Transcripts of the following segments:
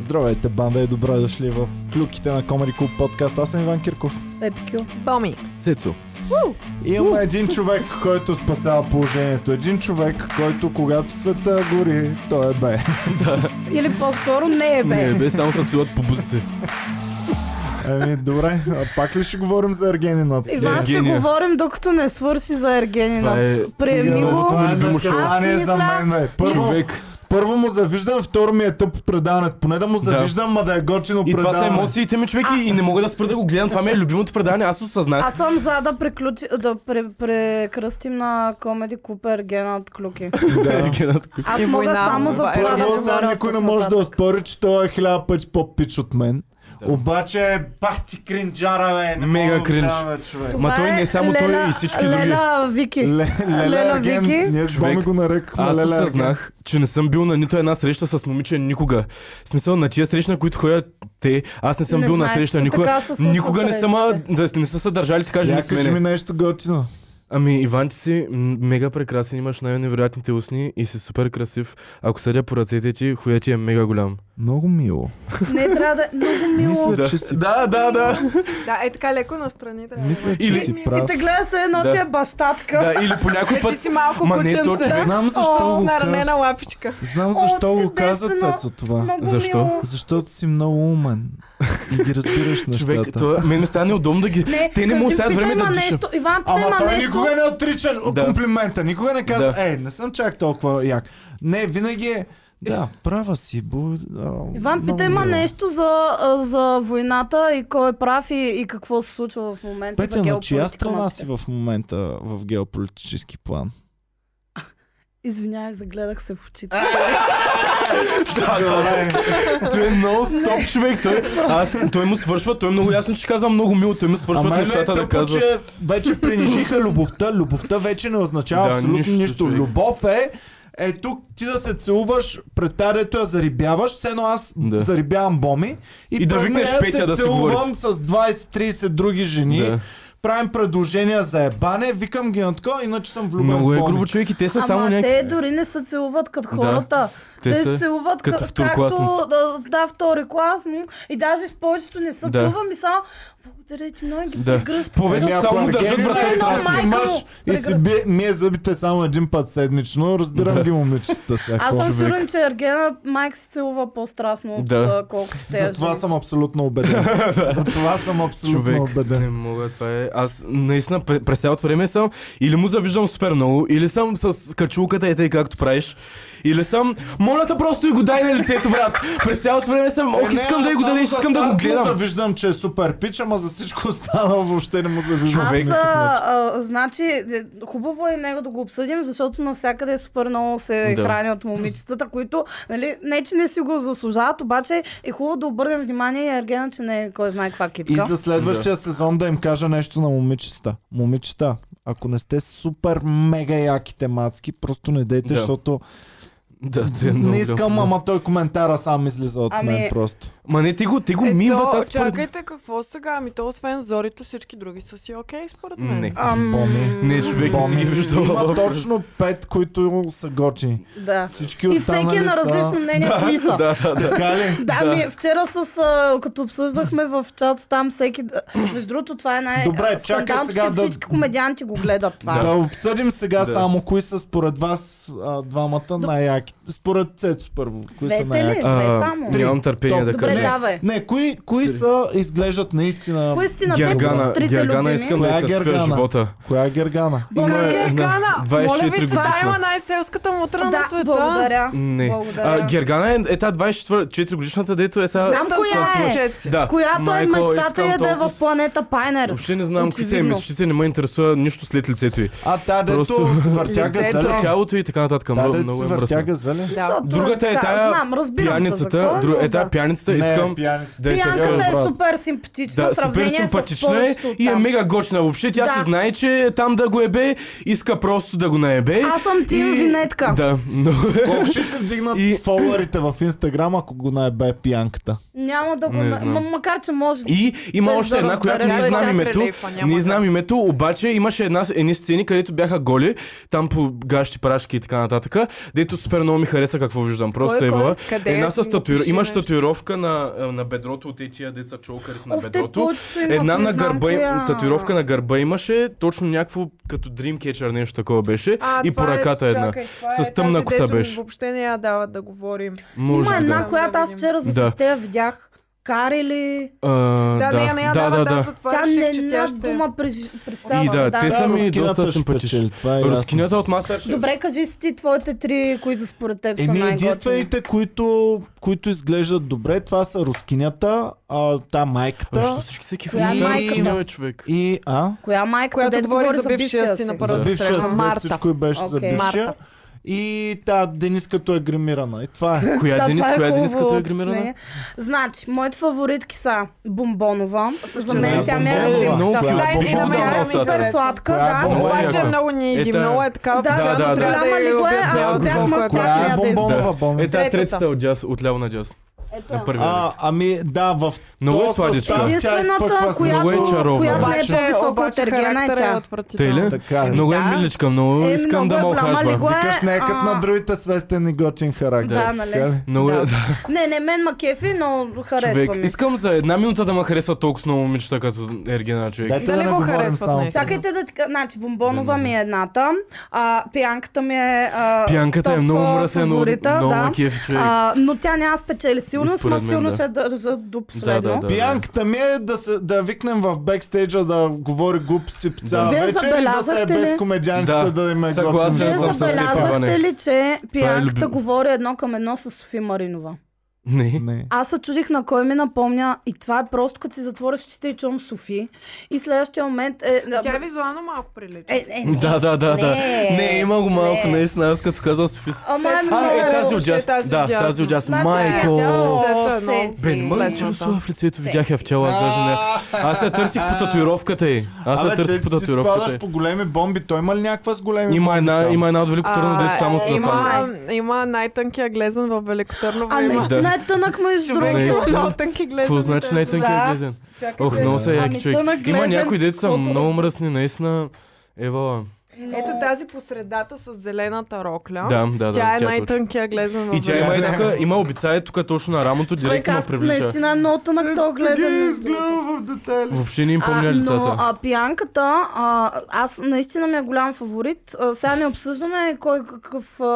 Здравейте, банда и добре дошли в клюките на Comedy Club подкаст. Аз съм Иван Кирков. Епикю. Боми. Цецо. Имаме един човек, който спасява положението. Един човек, който когато света гори, той е бе. Или по-скоро не е бе. Не, бе, само се целуват по бузите. Еми, Ами, добре, а пак ли ще говорим за Ергенина? Иван ще Ергения. говорим докато не свърши за Ергенина. Това е- Приеми Стига, бе, го. Това е любимо шоу. наказание за мен, бе. Първо, Ами, Човек. първо му завиждам, второ ми е тъпо предаването. Поне да му завиждам, ма да е готино И това са предаване. емоциите ми, човек, и не мога да спра да го гледам. Това ми е любимото предаване, аз осъзнах. Аз съм за да, приключи, да пре, прекръстим на Комеди Купер Генът Клюки. Да. Генът. Аз И мога война, само за това е това да Първо, сега говоря никой не оттук може да нататък. оспори, че той е хиляда пъти по-пич от мен. Обаче, пах ти кринджара, бе. Не Мега мога да кринж. гледам, бе, човек. Ма той не е само той, и всички други. Леля Вики. Ле, Леле Леля Ерген, Вики? ние с Човек, Боми го нарекахме Аз Леле Ерген. осъзнах, че не съм бил на нито една среща с момиче никога. В смисъл, на тия среща, на които ходят те, аз не съм Не бил на знаеш, среща че никога. така се случват Никога не съм, а, да, не са се държали така жени Я с кажи ми мене. нещо готино. Ами, Иван, ти си м, мега прекрасен, имаш най-невероятните устни и си супер красив. Ако съдя по ръцете ти, хуя ти е мега голям. Много мило. Не трябва да... Много мило. Мисля, че си... Да, да, да. Да, е така леко настрани. Да Мисля, че Или- си И Е, прав. те гледа се едно Да. ти е бащатка. Да, или по някой Ти път. си малко Ма не, кученце. то човек- Знам защо О, го наранена каза. лапичка. Знам О, защо го каза чудесно. Цецо това. Много Защо? мило. Защото си много умен. И ги разбираш Човек, нещата. това, мен ми стане неудобно да ги... Не, те не му кажи, оставят питай време ма да дишат. нещо. Иван, питай Ама ма той нещо. никога не отрича Да. комплимента, никога не казва, Да. е, не съм чак толкова як. Не, винаги е, да, права си. Бу... а, Иван, много питай ма мило. нещо за, а, за войната и кой е прав и, и какво се случва в момента Петя, за на геополитика. чия страна на- си в момента в геополитически план? Извинявай, загледах се в очите. Добре. Той е много стоп човек. Той, аз, той му свършва, той е много ясно, че казва много мило, той му свършва Ама е нещата да тъпо, казва. че вече принижиха любовта. Любовта вече не означава Да, абсолютно нищо. нищо, човек. Любов е е тук ти да се целуваш пред тарето я зарибяваш, все едно аз да. Да. зарибявам боми и, И да пред викнеш нея Петя се да си целувам с 20-30 други жени, да. Да. правим предложения за ебане, викам ги на такова, иначе съм влюбен Много в е боми. грубо човек и те са Ама само те някакви... дори не се целуват като Да. хората. Те те се са целуват като ка- второкласници. както, да, да, втори клас. м. И даже в повечето не се Да. целувам и само благодаря ти много и ги Да. прегръщат. Повече- Ами ако Само Аргенина държат брата е в страст. истински Майка му мъж и си прегръ- бие, мие зъбите само един път седмично, разбирам Да. ги момичета сега. Аз съм човек. сигурен, че Ергена майка се целува по-страстно, от Да. да. колкото е те За това съм абсолютно убеден. За това съм абсолютно Човек, не убеден. мога, това е... Аз наистина пре- през цялото време съм или му завиждам супер много, или съм с качулката и тъй както правиш, или съм... Моля те просто и го дай на лицето, брат! През цялото време съм... Ох, Е, не, искам да аз й го само дадеш, за искам да това го му гледам. завиждам, че е супер пич, ама за всичко останало въобще не му завиждам. Аз, човек. а, а, значи, е, хубаво е него да го обсъдим, защото навсякъде е супер много се Да. хранят момичетата, които, нали, не че не си го заслужават, обаче е хубаво да обърнем внимание и Ергена, че не е кой знае каква И китка. за следващия сезон да им кажа нещо на момичетата. Момичета, ако не сте супер мега яките мацки, просто не дейте, Да. защото Да, той е много не голям. искам, ама той коментара сам излиза от Ами- мен просто. Ма не, ти го, ти го Е, минват, то, аз Ами, според... Чакайте, какво сега? Ами то освен Зорито, всички други са си окей, според мен. Не. Ам, Боми. Не, човек, не си Боми, ги виждал. има точно пет, които са готини. да. Всички И всеки е останали на различно са... мнение, кои са. Да, да, да. Така ли? Да, Да. ми вчера с, а, като обсъждахме в чат там всеки... да- Между другото, това е най... Добре, а, чакай скандалното, сега че да- Всички комедианти го гледат това. Да. обсъдим сега Да. само кои са според вас а, двамата най-яки. Според Цецо първо. Кои Двете са ли? най-яки? Две А, само. Нямам търпение да Добре, кажа. давай. Не, кои, кои са изглеждат наистина... Кои си на теб Гергана, трите Гергана любими? Коя искам да е я съспя Гергана? живота. Коя е Гергана? Има Има е- една Гергана, моля 24 ви, това годишна. има най-селската мутра на Да, света. благодаря. Не. Благодаря. А, Гергана е, е та 24 годишната, дето е сега... Знам коя е. Момчетци. Да. Която Майко, е мечтата искам е да е в толкова с- планета Пайнер. Въобще не знам какви са и Очевидно. мечтите, не ме интересува нищо след лицето й. А, та дето Просто- се въртя Лицето. газели. Тялото и така нататък. Та Много, дето много се е въртя мръсно. газели. Защото Другата е така, тая знам, разбирам те за пияницата, какво, дру... но е тая да. пияницата и искам пияница. да е с Пиянката теб. Пиянката е брат. супер симпатична Да, в супер сравнение с симпатична е повечето и е оттам. мега гочна въобще. Тя Да. се знае, че е там да го ебе, иска просто да го наебе. Аз съм тим И- винетка. Да, но... Колко ще се вдигнат И- фолуарите в Инстаграм, ако го наебе пиянката? Няма да го... Не м- знам. м- макар, че може. И има Без още да една, която разбере не кой знам тя името. прелепва, няма Не да. знам името, обаче имаше една, едни сцени, където бяха голи, там по гащи, прашки и така нататък, дето супер много ми хареса какво виждам. Просто Кой, е кой? била. Къде е? Една с татуир... Пиши имаш нещо. татуировка на, на бедрото от тия деца чолкарите на Оф, те бедрото. повечето имат, Една не Е, на знам гърба, коя. им- татуировка на гърба имаше, точно някакво като Dreamcatcher нещо такова беше. и по е- е- ръката една. С тъмна коса беше. Въобще не я дават да говорим. Може Има би една, да. която аз вчера за Да. да. я видях. Кари ли? А, Да, Ами, да, не я да, да, дават, аз да. затова тя реших, не че една тя ще... е дума през, през цялата. И да, те са Да, ми рускината доста ще симпатични. спечели, Това е ясно. Рускинята от Masterchef. Добре, кажи си ти твоите три, които според теб са Еми най-готини. единствените, които, които изглеждат добре, това са рускинята, а, та Абе, майката Защо всички се кефят? Коя е на тази майката? новия човек. и... А? Коя майка, Която дето говори за бившия си на първата За бившия среща. си, Марта. Марта. всичко и беше за Окей. бившия. Марта. И та Денис като е гримирана. И това е. Коя Да, Денис, това е коя Денис като хубаво е гримирана? уточнение. Значи, моите фаворитки са Бомбонова. За мен Да, тя ми е Бомбонова. любимка. Много Коя бих е бих и на му мен дал ми Тя е супер харесва. малцата. сладка, Коя е да. Бомбонова? Обаче Е, е да. много ни Е, ги, да. много е такава. Да, да, да, да. голяма ли го е, Да, а от да, тях мъж тя да. Коя ще е я да изгубя. бомбонова Да. Е, бомба? тя е Третата. третата от джаз, от ляво на джаз. Ето я. На първия А, ред. ами да, в Много е този сладичка. състав тя Единствената, изпъква с Много е която, чаровна. която не е Обаче, по-висока от обаче Ергена е характерът е тя. Тъй отвратителен. ли? Така е. Много е Да. миличка, много Е, искам много е да ме голяма охажва. легла. Викаш не е като а- на другите свестен и готин характер. Да, нали. така ли? Много е, Да. да, Не, не, мен макефи, но човек. харесва ми. Искам за една минута да ме харесва толкова много момичета като Ергена, човек. Дайте да Дали не го говорим харесват само. днес? Чакайте да ти кажа. Значи, бомбонова ми е едната, а пиянката ми е. А, Пянката е топ, много а, мръсен, много фаворита, да. много кеф, човек. А, но тя няма спечели сигурно, Според но мен, силно да. ще държа до последно. да, да. Пиянката ми е да, се, да викнем в бекстейджа да говори глупости по цяла Вие вечер и да се е забелязахте без ли? комедианците Да. да, им е Съгласен готин. Вие Аз съм с теб, Иване. забелязахте ли, че пиянката е любим- говори едно към едно с Софи Маринова? Не. Не. Аз се чудих на кой ми напомня и това е просто като си затвориш очите и чувам Софи и следващия момент е... Тя визуално малко прилича. е, е, не. Да, да, да, да. Не. Не, има го малко, Не. наистина, аз като казал Софис. Ама е А, А, много... е тази от Ще джаз. тази Да, от джаз. тази от джаз. Значи, Майко! тя- Цето едно. Сенци. Бен, мъде, че Лесната. рисува в лицето, видях я в чела, аз даже не. Аз я търсих по татуировката й. Аз я Абе, търсих по ти си спадаш татуировката по големи бомби. Той има ли някаква с големи й. Има бомби една, там? има една от Велико Търново, дето е само А, се затваря. има, има най-тънкия глезен в Велико Търново. А има... наистина е тънък между Човек, другото. Не, има наистина. много тънки глезен. Какво значи най-тънкият Да. глезен? Ох, много са яки Ами, човек. тънък Има глезен, някои дето са каквото- много мръсни, наистина. Ева. Ето тази по средата с зелената рокля. Да, да, да. Тя е точно. най-тънкия глезен в И тя има и Велико тук, има обица е тук точно на рамото, Човек, директно ме аз привлича. наистина е много тънък то Ги глезен. изгледам в детайли. Въобще не им помня А, Ами, но лицата. а, пиянката, а, аз наистина ми е голям фаворит. А, сега не обсъждаме кой какъв а,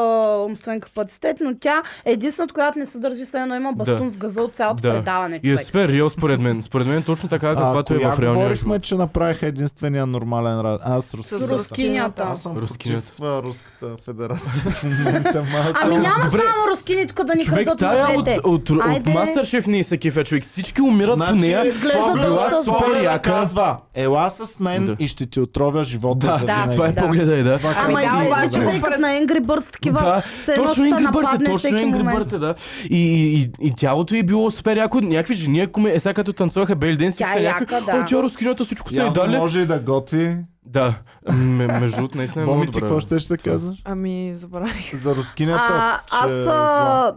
умствен капацитет, но тя е единствената, която не съдържи, все едно има бастун Да. в газа от цялото Да. предаване. И е Човек. супер реал според мен. Според мен точно така, каквато е коя в реалния говорихме, живот. че направиха единствения нормален раз. Аз руски. С С рускинята. Аз съм Рускинята. против а, Руската федерация в момента малко. Ами няма Добре. само рускини тук да ни Човек, хвърдат тая е от, мъжете. от, от Айде. Masterchef не се кефя, човек. Всички умират Значи, по нея. изглежда погледа- доста зле. погледа Яка. казва, ела с мен Да. и ще ти отровя живота Да, за Да. винаги. Това е Да. погледа и да. Ами, Ама да, изглежда, обаче че супер- се като на Angry Birds такива. Да, се едно точно ще те Ингри Бърт е, нападне точно всеки Ингри момент. Бърт е, да. И, и, и тялото й е било супер яко, някакви жени, ако ме, е сега като танцуваха Бели Ден, си Тя са е някакви, яка, да. о, тя рускинята всичко се е Явно дали. може и да готви. Да, М- между другото, наистина е много Боми, ти какво добре. ще ще казваш? Ами, забравих. За А, рускинята. че аз... е зла. а,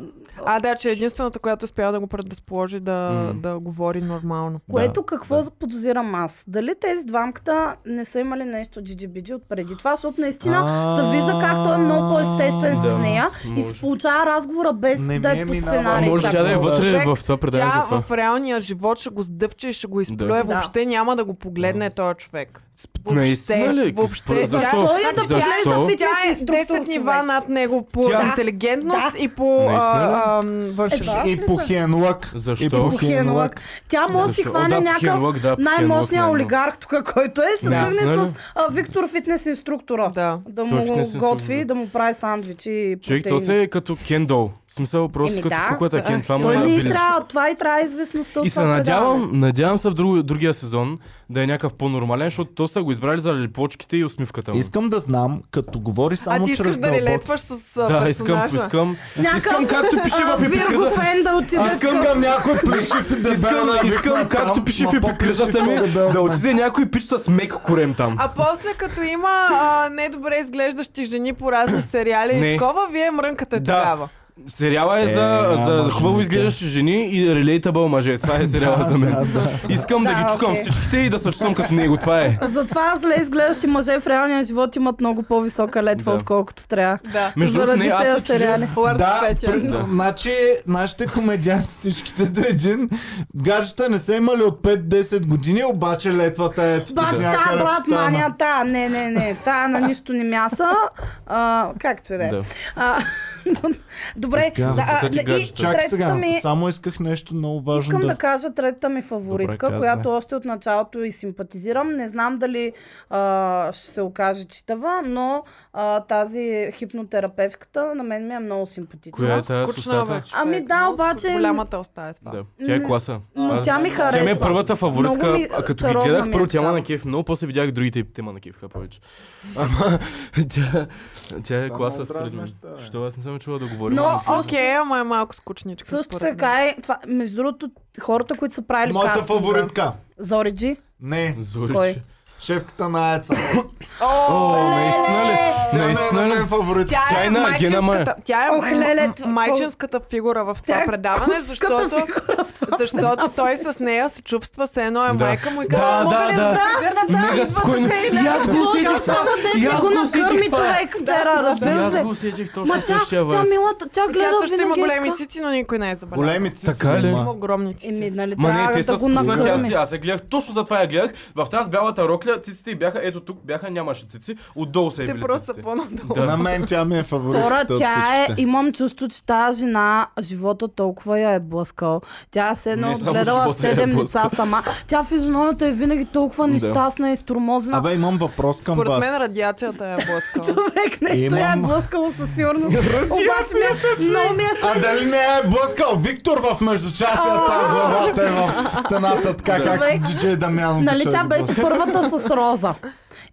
А, да, че е единствената, която успява да го предразположи да, М. да говори нормално. Което какво подозирам аз? Дали тези двамката не са имали нещо джиджибиджи от преди това, защото наистина А, се вижда как той е много по-естествен да, с нея и може. се получава разговора без Не да ми е е по минава. А сценарий. може Нали, тя да е какво? вътре Човек, в това предание за Тя това. в реалния живот ще го сдъвче и ще го изплюе. Да. Въобще няма да го погледне този човек. Въобще, Наистина ли? въобще. Защо? Да, той е да Защо? поглежда фитнес Тя е инструктор, 10 нива човек. над него по Тя- интелигентност и по Наистина ли? а, ам, външен. Е, да. И по хенлък. Защо? И По по По хенлък. хенлък. Тя може да си Защо? О, хване да, някакъв Пхенлък, да, най-мощния Пхенлък, олигарх тук, който е, ще Да. тръгне Наистина с а, Виктор фитнес инструктора. Да. Да Той е му фитнес инструктор, готви, да му прави сандвичи и Човек, то е протеини. се е като Кендол. В смисъл, просто Еми като да. каквото е кен, това му Той е не и билич. трябва, това и трябва известността. от И се това предаване. надявам, надявам се в друг, другия сезон да е някакъв по-нормален, защото то са го избрали заради плочките и усмивката му. Искам да знам, като говори А само ти чрез искаш да дълбок. релетваш с а, Да, искам, персонажа. искам. Някакъв, Искам, както пише в епикриза. Виргофен да отиде. Аз искам с- към някой плешив и дебел Искам, да я искам викна както там, пише ма в епикризата по-плешив, ми, по-дебел да от мен. отиде някой пич с мек корем там. А после като има а, недобре изглеждащи жени по разни сериали Не. и такова, вие мрънката е Да. тогава. Сериала е, Е, за, за ама хубаво жените. изглеждащи жени и relatable мъже. Това е сериала за мен. Искам да, Да, ги чукам окей. всичките и да се чувствам като него. Това е. Затова зле изглеждащи мъже в реалния живот имат много по-висока летва, Да. отколкото трябва. Да. Между другото, Заради не, аз тези се чудя. сериали. Лорд Да, Петя. при... Да. да, значи нашите комедианти всичките до един гаджета не са имали от 5-10 години, обаче летвата е ето тук Бач, та, някъде брат, стана. мания, та, не, не, не, та на нищо не мяса. А, както и да е. Да. А, Добре, Така, да, а, запазете не, и гаджета. Чак третата сега, ми... само исках нещо много важно Искам да... да... кажа третата ми фаворитка, Добре, която казвай. още от началото и симпатизирам. Не знам дали а, ще се окаже читава, но а, тази хипнотерапевтката на мен ми е много симпатична. Коя е Аз тази с скучна, бе, устата? човек. Ами да, Много обаче- скучна. Голямата оста е това. Да. Тя е М, класа. Но Аз- тя ми харесва. Тя ми е първата фаворитка, Много ми, а като ги чаровна гледах, ми е първо тя ма такава. на кеф, много после видях другите тема на кефха повече. Ама тя, тя е Там класа много според дразни мен. неща, бе. Що аз не съм я чула да говорим. Но ама се- Окей, ама е малко скучничка. Също според мен. така е, това, между другото, хората, които са правили Моята кастинга. фаворитка. Зориджи. Не, Зорич. Кой? шефката на Еца. О, наистина ли? Тя не е на Наистина ли? мен фаворитка. Тя, Тя е, е на Гена Мая. майчинската, тя е Ох, леле, това- майчинската фигура в Тя това е предаване, кучката защото, фигура в това. защото той с нея се чувства се едно е Да. майка му и Да, казва, мога да, ли да. да, да, Мега спокойно. И аз го Точно усетих това. е. само И дете аз го го усетих накърми това. човек вчера, И разбираш аз ли? го усетих Ма точно тя, същия тя е винаги. милата, тя гледа Тя също има винаги е големи така. цици, но никой не е забелязал. Големи цици Така ли? има. Има огромни цици. Еми, нали, Ма не, трябва те да са го спуснати. Аз, накърми. аз я гледах, точно затова я гледах. В тази бялата рокля циците й бяха, ето тук бяха, нямаше цици. Отдолу са Те били просто са циците. по-надолу. Да. На мен тя ми е Хора, фаворитката от тя е, всичките. имам чувство, че тази жена живота толкова я е блъскал. Тя се едно Не само отгледала живота я е седем блъскал. деца сама. Тя физиономията е винаги толкова Да. нещастна и стурмозна. Абе, имам въпрос към Според вас. мен радиацията е блъскала. Човек нещо я е Имам. блъскало със сигурност. Обаче ми е много ми е А дали не е блъскал Виктор в междучасията, главата е в стената, така Човек. как диджей Дамян. Нали тя беше първата с роза.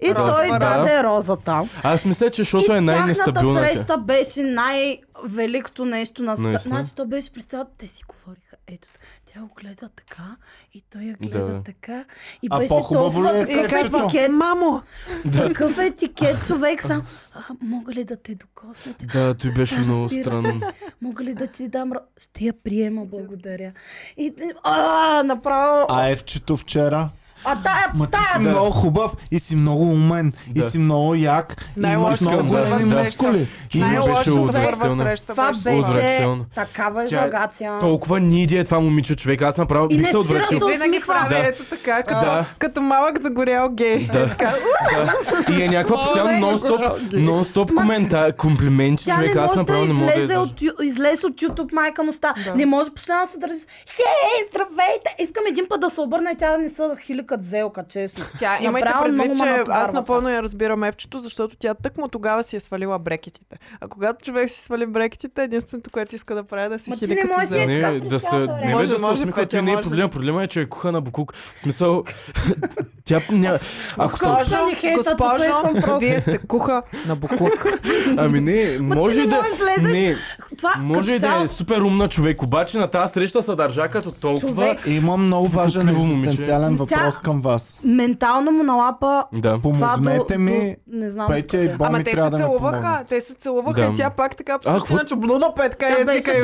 И Роза, той да. даде розата. Аз мисля, че защото е и тяхната най-нестабилната. среща беше най-великото нещо на света. Наистина. Значи то беше през цялото. Те си говориха. Ето, тя го гледа така и той я гледа Да. така. И А беше по-хубаво толкова ли е такъв срещата? етикет. Мамо! Такъв етикет човек сам. А, мога ли да те докосна? Тя, Да, той беше Да, много разбира се. странно. Мога ли да ти дам... ра- Ще я приема, благодаря. И те- а, направо... А Евчето вчера. А тая, Ма ти тая си много хубав и си много умен и Да. си много як. и Имаш Най-лошо много към големи вас, да. мускули. И имаш- Най-лошо отвратително. първа среща Това беше. беше Отвратително. такава Тя е излагация. Толкова ниди е това момиче, човек. Аз направо И не бих се спира отвратил. се Винаги усмихва. прави Да. ето така, като, Да. като малък загорял гей. Да. Да. И е някаква постоянно нон-стоп, нон-стоп комента, комплименти, Тя човек. не Аз може да направо не мога да излезе издържа. от, Ю- излез от YouTube майка му ста. Да. Не може постоянно да се държи. с, Хей, здравейте! Искам един път да се обърне и тя да не са хиликат зелка, честно. Тя, имайте Направо предвид, много ме че натоварва аз напълно я разбирам Евчето, защото тя тъкмо тогава си е свалила брекетите. А когато човек си свали брекетите, единственото, което иска да прави е да си Ма ти хили не като можеш зелен. да- Не, Искам през да се, цялото време. не бе Може, да се може, усмихва, Петя, той не е може. проблема. Проблема е, че е куха на Букук. В смисъл, тя ня... Ако се... Госпожо, Точно ни хейтат, усещам просто. вие сте куха на буклук. Ами не, ти може не да... можеш да излезеш. Не, Това може и като да цяло- е супер умна човек, обаче на тази среща се държа като толкова... Човек. Имам много важен Пукливо момиче. екзистенциален въпрос Тя- към вас. Ментално му налапа Да. това Помогнете до, ми, до, не знам Петя къде. и Ама Боми те се трябва да ми целуваха, помогнат. те се целуваха Да. и тя пак така по А, същия какво- начин блудопа е Тя така езика беше и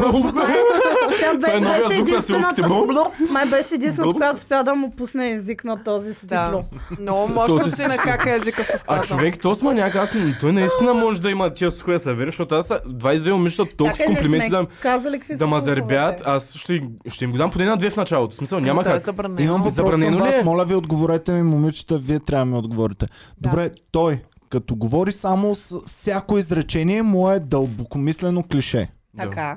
Тя Това бе, е новия беше звук на селските. единствената, май беше единствената, Блъб. която спя да му пусне език на този стисло. Да. Много мощно Този си накака езика в А устата. човек, то маняк, аз не- той наистина може да има тия с коя се вери, защото аз са- 22 момичета толкова Чакай, не комплименти сме да, казали какви да ма са заребят, слуховете. аз ще, им- ще им го дам поне на две в началото. В смисъл, няма Да, как. забранено. Имам въпрос към Забранено ли е? вас. Моля ви, отговорете ми, момичета. Вие трябва да ми отговорите. Добре, той, като говори само с всяко изречение, му е дълбокомислено клише. Да. Така.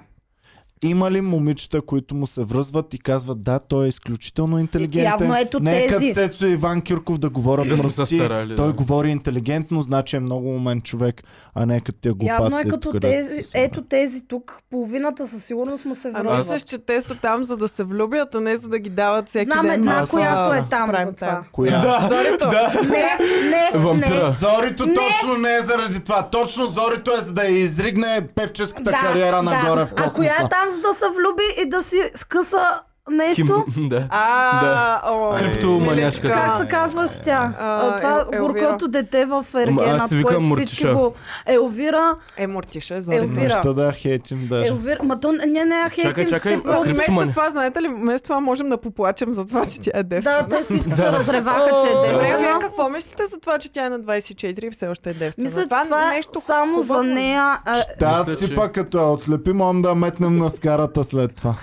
Има ли момичета, които му се връзват и казват, да, той е изключително интелигентен. Явно ето не е като тези. Цецо и Иван Кирков да говорят Да сме се мръсти. старали, да. Той говори интелигентно, значи е много умен човек, а не като тя глупаци. Явно е като тук, дето тези, Е, се ето тези тук, половината със сигурност му се А мислиш, връзват. че те са там, за да се влюбят, а не за да ги дават всеки Знам ден. една, Аз- която е а, там прайм за това. Коя? Да. Зорито. Да. Не, не, Е, не. Вампира. Е, Зорито не. точно не е заради това. Точно Зорито е за да я изригне певческата кариера нагоре в космоса. А коя е там, за да се влюби и да си скъса нещо? Хим- Да. А, Да. о, Криптоманиачката. миличка. Как се казваш тя? А, А, Това Ел- Елвира. горкото дете в Ама аз Ергена, си викам което всички Муртиша. го... Елвира, Е, мортише, Елвира. зорито. Неща да хейтим даже. Елвира... Ма то не, не, я Чакай, хейтим. чакай, Те а просто- крип- Вместо Криптомани. това, знаете ли, вместо това можем да поплачем за това, че тя е девствена. Да, те всички се разреваха, че е Добре, девствена. вие какво мислите за това, че тя е на 24 и все още е девствена? Мисля, че това е нещо само за хубаво. е. нея. а, Та Мисля, че- ципа като я отлепи, можем да я метнем на скарата след това.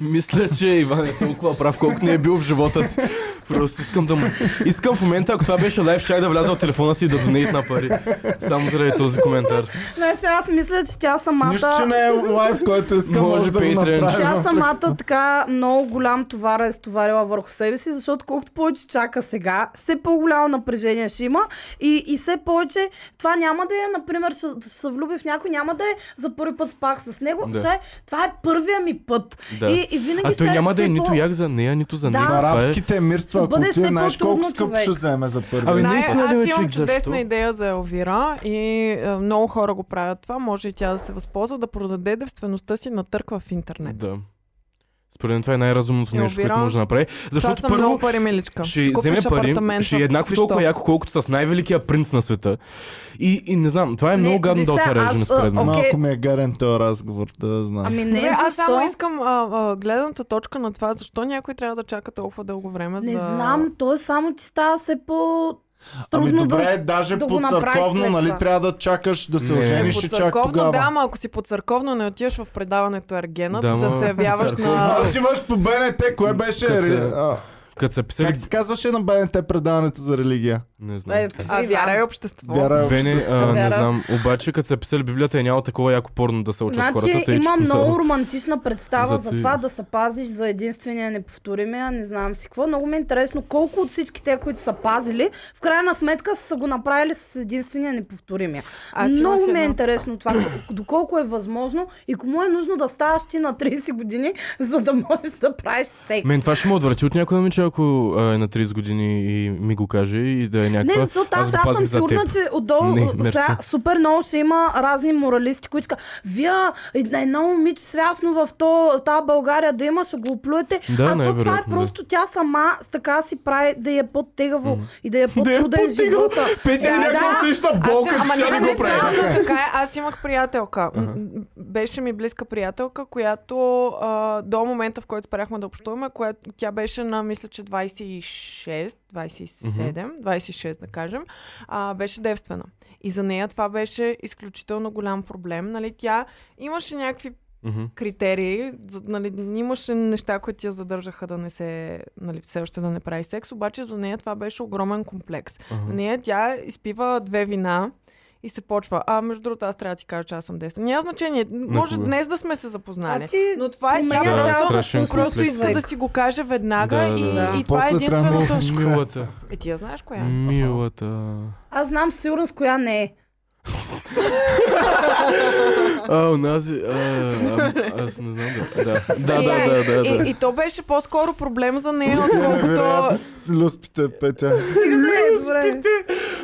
Мисля, че Иван е толкова прав, колко не е бил в живота си. Просто искам да му... Искам в момента, ако това беше лайв, ще да вляза в телефона си и да донейтна пари. Само заради този коментар. Значи аз мисля, че тя Нищо, че самата... не е лайв, който искам, Може може да го Patreon. Тя направим. самата така много голям товар е стоварила върху себе си, защото колкото повече чака сега, все по-голямо напрежение ще има и, и все повече това няма да е, например, ще, ще се влюби в някой, няма да е за първи път спах с него, Да. ще е, това е първия ми път. Да. И, и винаги А ще той няма да е все нито по- як за нея, нито за Да. него. В Това е- арабските емирства, Ще ако бъде ти е все знаеш колко по-трудно, скъп човек. Ами ще вземе за първи. Абе, път. не Знае, искам да аз ме имам чук, защо? чудесна идея за Елвира и е, много хора го правят това. Може и тя да се възползва да продаде девствеността си на търква в интернет. Да. Според мен това е най-разумното Не нещо, което обирам. може да направи. Защото това са много първо, пари, миличка. ще купиш вземе пари, апартамент ще в е еднакво Свищов. толкова яко, колкото с най-великия принц на света. И, и не знам, това е Не, много гадно виж да сега, отвареждане, аз, според мен. а, Малко ми е гарен този разговор, да знам. Ами не, Добре, защо? аз само искам а, а, гледната точка на това, защо някой трябва да чака толкова дълго време Не за... знам, то е само ти става все по... Трудно ами добре, да... даже да го по направиш църковно, след нали, това. трябва да чакаш да се Не. ожениш По и чак църковно, тогава. да, ама ако си по църковно не отиваш в предаването Ергенът, Да, да, да ма, се явяваш на... А, отиваш по БНТ, кое беше? Като се- ре- а, Като са писали... Как се казваше на БНТ предаването за религия? Не знам. Е, А, вяра и общество. Вяра е Бене, общество. а, не Вяра. знам. Обаче, като са писали Библията, е нямало такова яко порно да се учат хората. Значи тъй че има в смисъл- много романтична представа За за, ти- това да се пазиш за единствения неповторимия, не знам си какво. Много ми е интересно колко от всички те, които са пазили, в крайна сметка са го направили с единствения неповторимия. Аз имах много ми е едно. интересно това, колко- доколко е възможно и кому е нужно да ставаш ти на 30 години, за да можеш да правиш секс. Мен това ще ме отврати от някоя момиче, ако а, е на 30 години и ми го каже и да е някаква. Не, защото аз, го аз, пазих съм за сигурна, теб. че отдолу Не, не, мерси. сега супер много ще има разни моралисти, които ще кажат, вие една, едно момиче свясно в то, тази България да има, ще го оплюете. Да, а то това най-вероятно, е да. просто тя сама така си прави да я е по-тегаво и да я е Да е по-труден по-тегаво. живота. Петя Да, ми някаква да. усеща болка, че Аз, ама ще не, не не го само прави. така е. Аз имах приятелка. М- м- Беше ми близка приятелка, която а, до момента, в който спряхме да общуваме, която, тя беше на, мисля, че 26, 27, 26 да кажем, а, беше девствена. И за нея това беше изключително голям проблем. Нали? Тя имаше някакви Мгм. критерии. за- Нали, имаше неща, които я задържаха да не се, нали, все още да не прави секс, обаче за нея това беше огромен комплекс. Ага. На нея тя изпива две вина и се почва. А, между другото, аз трябва да ти кажа, че аз съм десна. Няма значение. Може кога? днес да сме се запознали. А ти Но това е променя тя Да, просто- страшен просто комплекс. иска да си го каже веднага Да, и, да. и това е После трябва да единственото. го- Милата. Е, ти я знаеш коя е? Милата. Аз знам със сигурност коя не е. А, унази. а, а, Аз не знам да. Да, да, Сега е. да, да, да. И, и то беше по-скоро проблем за нея, отколкото... Невероятно. Люспите, Петя. Стига да е, добре.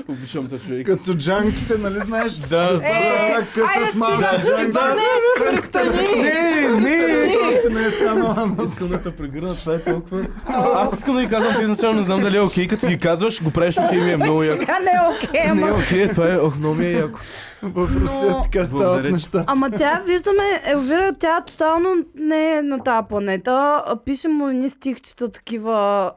Обичам те, човек. Като джанките, нали знаеш? Да, Е, как късат малко джанките. Не, не. Още не е станала. но- Искам да те прегърна, това е толкова... Аз искам да ги казвам, ти изначално не знам дали е окей, като ги казваш, го правиш окей ми е много яко. Сега не е окей, ама... Не е окей, това е ох, много ми е яко. В Русия Но- така стават Благодаря, че- неща. Ама тя, виждаме, Елвира, тя тотално не е на тази планета. А, Пише му едни стихчета такива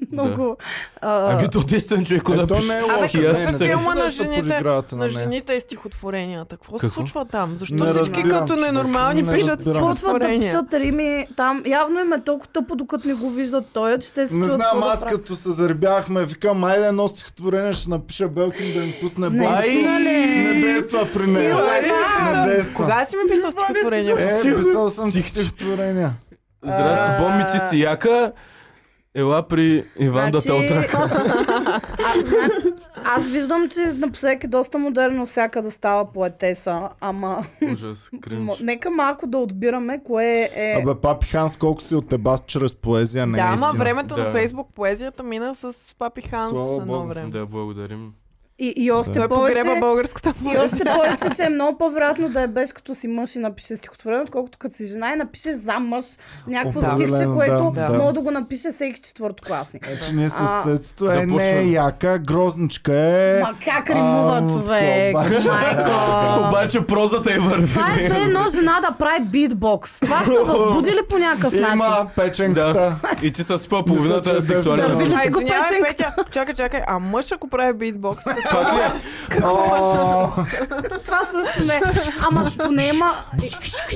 Много. а, Ами то действен човек, кога Ето пише. не е Абе, лошо, лошо. не, Не, аз не, не не, пише не, филма на да се жените- подигравате на На нея. жените и стихотворенията. Какво, се Какво? случва там? Защо Не всички разбирам, като човек, ненормални не пишат разбирам. Почват да стихотворения? пишат рими там. Явно им е толкова тъпо, докато не го виждат той, е, че те се Не чуят знам, какво да аз правят. като се заребяхме, викам, айде едно стихотворение ще напиша Белкин да ми пусне Не, бомба. Ай, Не действа при нея. Иване, Не действа. Кога си ми писал стихотворения? Е, писал съм си стихотворения. Здрасти, бомби, ти си яка. Ела при Иван да те Значи- отрака. А, зна- аз виждам, че напоследък е доста модерно всяка да става поетеса, ама Ужас, кринч. м- нека малко да отбираме кое е... Абе, папи Ханс, колко си от ебас чрез поезия, не е да, ама истина. времето Да. на Фейсбук поезията мина с Папи Ханс Слава едно Богу. време. Да, благодарим. И, и още Да. Той повече... погреба българската И още повече, че е много по-вероятно да е беш като си мъж и напише стихотворение, отколкото като си жена и напише за мъж някакво Да. стихче, Определено, което да, да. мога да го напише всеки четвъртокласник. Значи ние с А, Значи- цецето да е, не е почваме. яка, грозничка е. Ма как римува Ам, човек? такова, обаче, Майко! Обаче прозата е върви. Това е все едно жена да прави битбокс. Това ще възбуди ли по някакъв начин? Има печенката. И ти си спа половината Мисля, е че да, сексуален. да, акт. да. Ай, ти го извинявай, печенката. Петя. Чакай, чакай. А мъж ако прави битбокс? Пак ли е? О, Това също не. Ама поне има,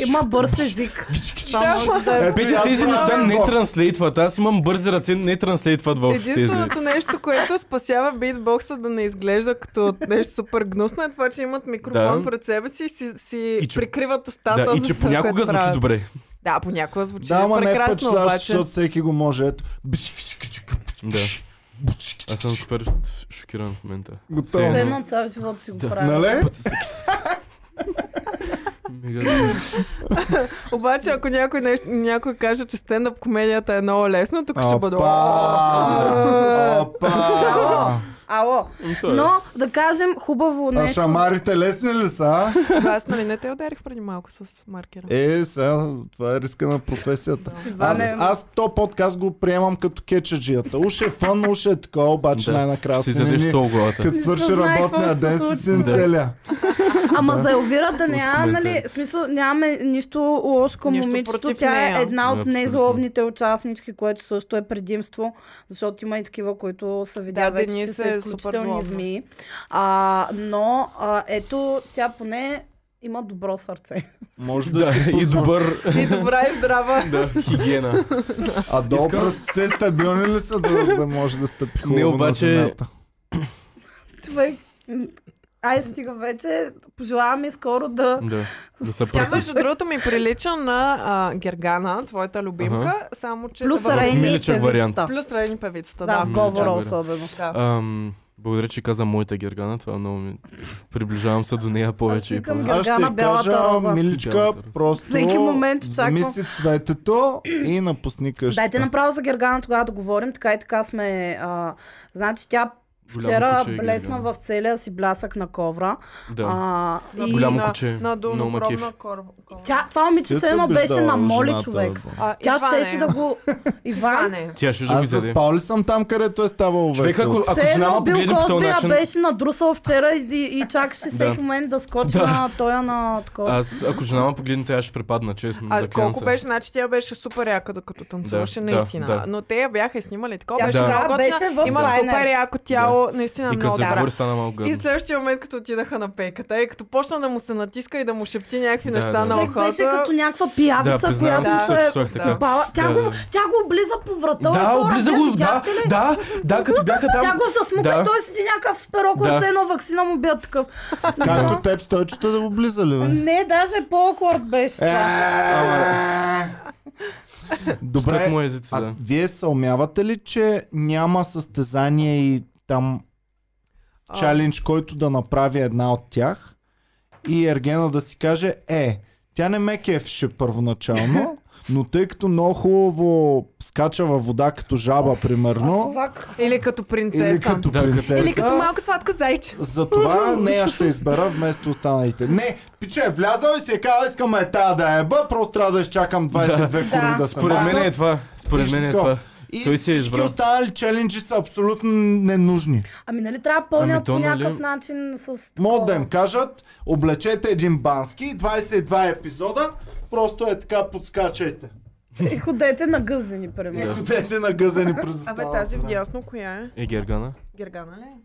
има бърз език. Това може да е. Ето Петя, я тези правя неща не бокс. транслейтват. Аз имам бързи ръце, не транслейтват в тези. Единственото нещо, което спасява битбокса да не изглежда като нещо супер гнусно е това, че имат микрофон Да. пред себе си и си, си И че- прикриват устата. Да, и за че това, понякога което звучи правят. добре. Да, понякога звучи Да, ама не е прекрасно, впечатляващо, обаче. защото всеки го може. Ето. Да. Аз съм супер шокиран в момента. Готово. Все Все едно. едно цял живот си го Да. прави. Нали? Път с- Мега. Обаче, ако някой, нещо, някой каже, че стендъп комедията е много лесно, тук ще бъде... Опа! Опа! Ало. Ами, Но да кажем хубаво А нещо. шамарите лесни ли са? а? О, Аз нали не те ударих преди малко с маркера? Е, сега, това е риска на професията. Аз, Иване, аз то подкаст го приемам като кечаджията. Уж е фън, уж е такова, обаче Да. най-накрая Ще си си не задеш ни- тол главата. Като Не свърши знае какво работния ще ден, се си случи. си Да. целя. Ама за Елвира да няма, нали, коментари. смисъл, нямаме нищо лошо към Нищо момичето. против Тя нея. е една от Абсолютно. незлобните участнички, което също е предимство, защото има и такива, които са видя Да, вече, че Дениса са е супер изключителни злобна. змии. А, но а, ето, тя поне има добро сърце. Може да, Да, си и пусна. добър. И добра и здрава. Да, хигиена. А долу Искам- пръстите стабилни ли са да, да може да стъпи хубаво обаче- на земята? Човек, м, е- ай стига вече, пожелаваме скоро да... Да, да са Тя пръсна. между другото ми прилича на а, Гергана, твоята любимка, само че... Плюс да, Рейни и миличък вариант. певицата. Плюс Рейни певицата, Да, да. в Миличък говора вариант. особено. да. Ам, благодаря, че каза моята Гергана. Това много ми... Приближавам се до нея повече и викам повече. Гергана, Аз ще ти бялата кажа, роза. миличка, Бялата роза. просто Всеки момент вземи очаквам. си цветето и напусни къщата. Дайте направо за Гергана тогава да говорим, така и така сме... А, значи тя Голямо вчера куче е блесна Гергана. в целия си блясък на ковра. Да. А, и Голямо на, куче, На много ме долнопробна корва. тя, това момиче Ще все се едно беше убеждава на моли жената, човек. бе. А, Тя Иване, щеше да го... Иван, Иване. Тя ще да го Аз с изяде. Паули съм там, където е ставало Човек, ако, весело. ако все жена едно му Бил погледне по този Косби я начин... беше надрусал вчера и, и, и чакаше всеки момент да скочи Да. на тоя на такова. Аз, ако жена му погледне, тя ще препадна, честно. А заклевам колко се. беше, значи тя беше супер яка докато танцуваше, Да, да, наистина. да. Но те я бяха снимали такова. Тя беше тогава много готина, беше в Има лайнер. супер яко тяло, наистина И много като добра. заговори стана малко И гадно. следващия момент, като отидаха на пейката, и като почна да му се натиска и да му шепти някакви Да, неща да. на Човек ухото. беше като някаква пиявица, Да, признавам която се, се е че чувствах така. купала. Тя, Да, го, да. тя го облиза по врата. Да, е хора, облиза не го, да, видяхте ли? да, да, като бяха там. Тя го засмука Да. и той седи някакъв с перо, Да. да. все едно вакцина му бият такъв. Както теб стойчо те да го близали, бе. Не, даже по-акорд беше. Е, тя. Пускат му Добре, езици, а да. вие съумявате ли, че няма състезание и там А, чалендж, който да направи една от тях и Ергена да си каже, е, тя не ме кефеше първоначално, но тъй като много хубаво скача във вода като жаба, примерно, Това какво? Или като принцеса. или като Да, като- принцеса, Или като малко сладко зайче. затова нея ще избера вместо останалите. Не, пиче, е влязал и си е казал, искам е тая да е ба, просто трябва да изчакам 22 Да. кури да се Според мен махна. е това. Според мен е Нищо това. такова. И Той си е всички избрал. останали челенджи са абсолютно ненужни. Ами нали трябва пълнят Ами то, по нали- някакъв начин с... Могат да им кажат, облечете един бански, 22 епизода, просто е така подскачайте. И ходете на гъзени, И примерно. ходете на гъзени през Абе, останалото тази в време. дясно, коя е? Е, Гергана. Гергана ли? е?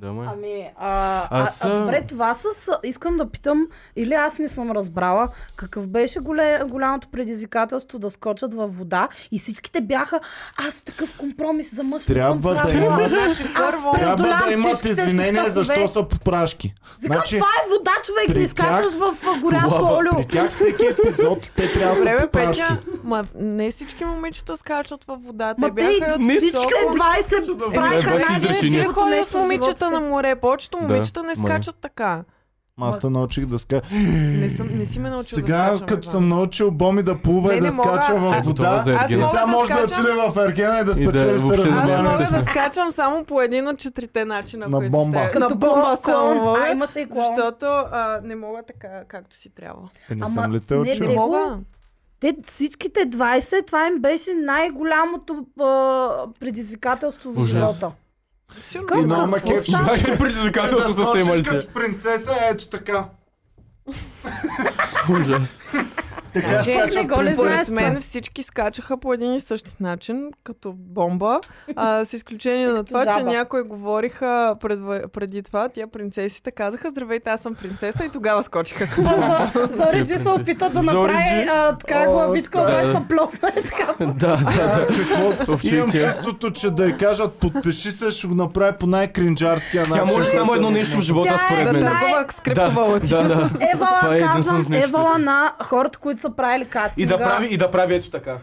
Да, е. май. Ами, а, а, Аз, а, а- добре, това с... а, Искам да питам, или аз не съм разбрала, какъв беше голе, голямото предизвикателство да скочат във вода и всичките бяха, аз такъв компромис за мъж не Трябва съм да правила. има- Значи първо... Трябва Преодолявам да имат всичките си извинения страхове. защо са попрашки. Викам, това е вода, човек, при не скачаш в а, горящо Лава олио. при тях всеки епизод те трябва да са Време, попрашки. Петя, ма не всички момичета скачат във водата. Ма те и бяха не всички високо- Те 20 Е, правиха бах, изречение. Ти Причини. най-красивото ходиш с нещо в живота си. момичета на море, повечето Да, момичета не ма не. скачат така. Ма аз те научих да ска... Не, съм, не си ме научил да Сега, скачам. като Иван. съм научил Боми да плува Не, и да не мога. скача Е, във готова вода, за Аз и Ергена. мога- сега да може да скачам. отиде в Ергена и да И да, спечели въобще да Нормално Аз съревнованието. не мога да тесна. скачам само по един от четирите начина, На които бомба. те- Като На бомба само клоун. А, мога, имаше и клоун. защото а, не мога така, както си трябва. Е, не Ама, съм ли те не, учил? не. Его? Мога. Те всичките 20, това им беше най-голямото а, предизвикателство в Ужас. живота. Сигурно. Към- И много ме Какво кеф, става? Значи че да предизвикателство са се скочиш ималите. като принцеса, ето така. Ужас. Така Че, скача не го ли знаеш? принцеса. Според мен всички скачаха по един и същи начин, като бомба, а, с изключение на Е, Като това, че жаба. някои говориха пред, преди това, тия принцесите казаха, здравейте, аз съм принцеса и тогава скочиха. Зориджи се опита да Зориджи? направи а, така О, главичка, да. обаче се плосна и така. Да, да, Какво? Въобще Имам тя- чувството, че да й кажат подпиши се, ще го направи по най-кринджарския Тя начин. може само едно нещо в живота, е Тя е според мен. да Да, Търгувах с криптовалути. Ами, нали? да, да. Това е Евала, казвам, единственото нещо. Евала на хората, които са правили И кастинга. да прави, и да прави ето така.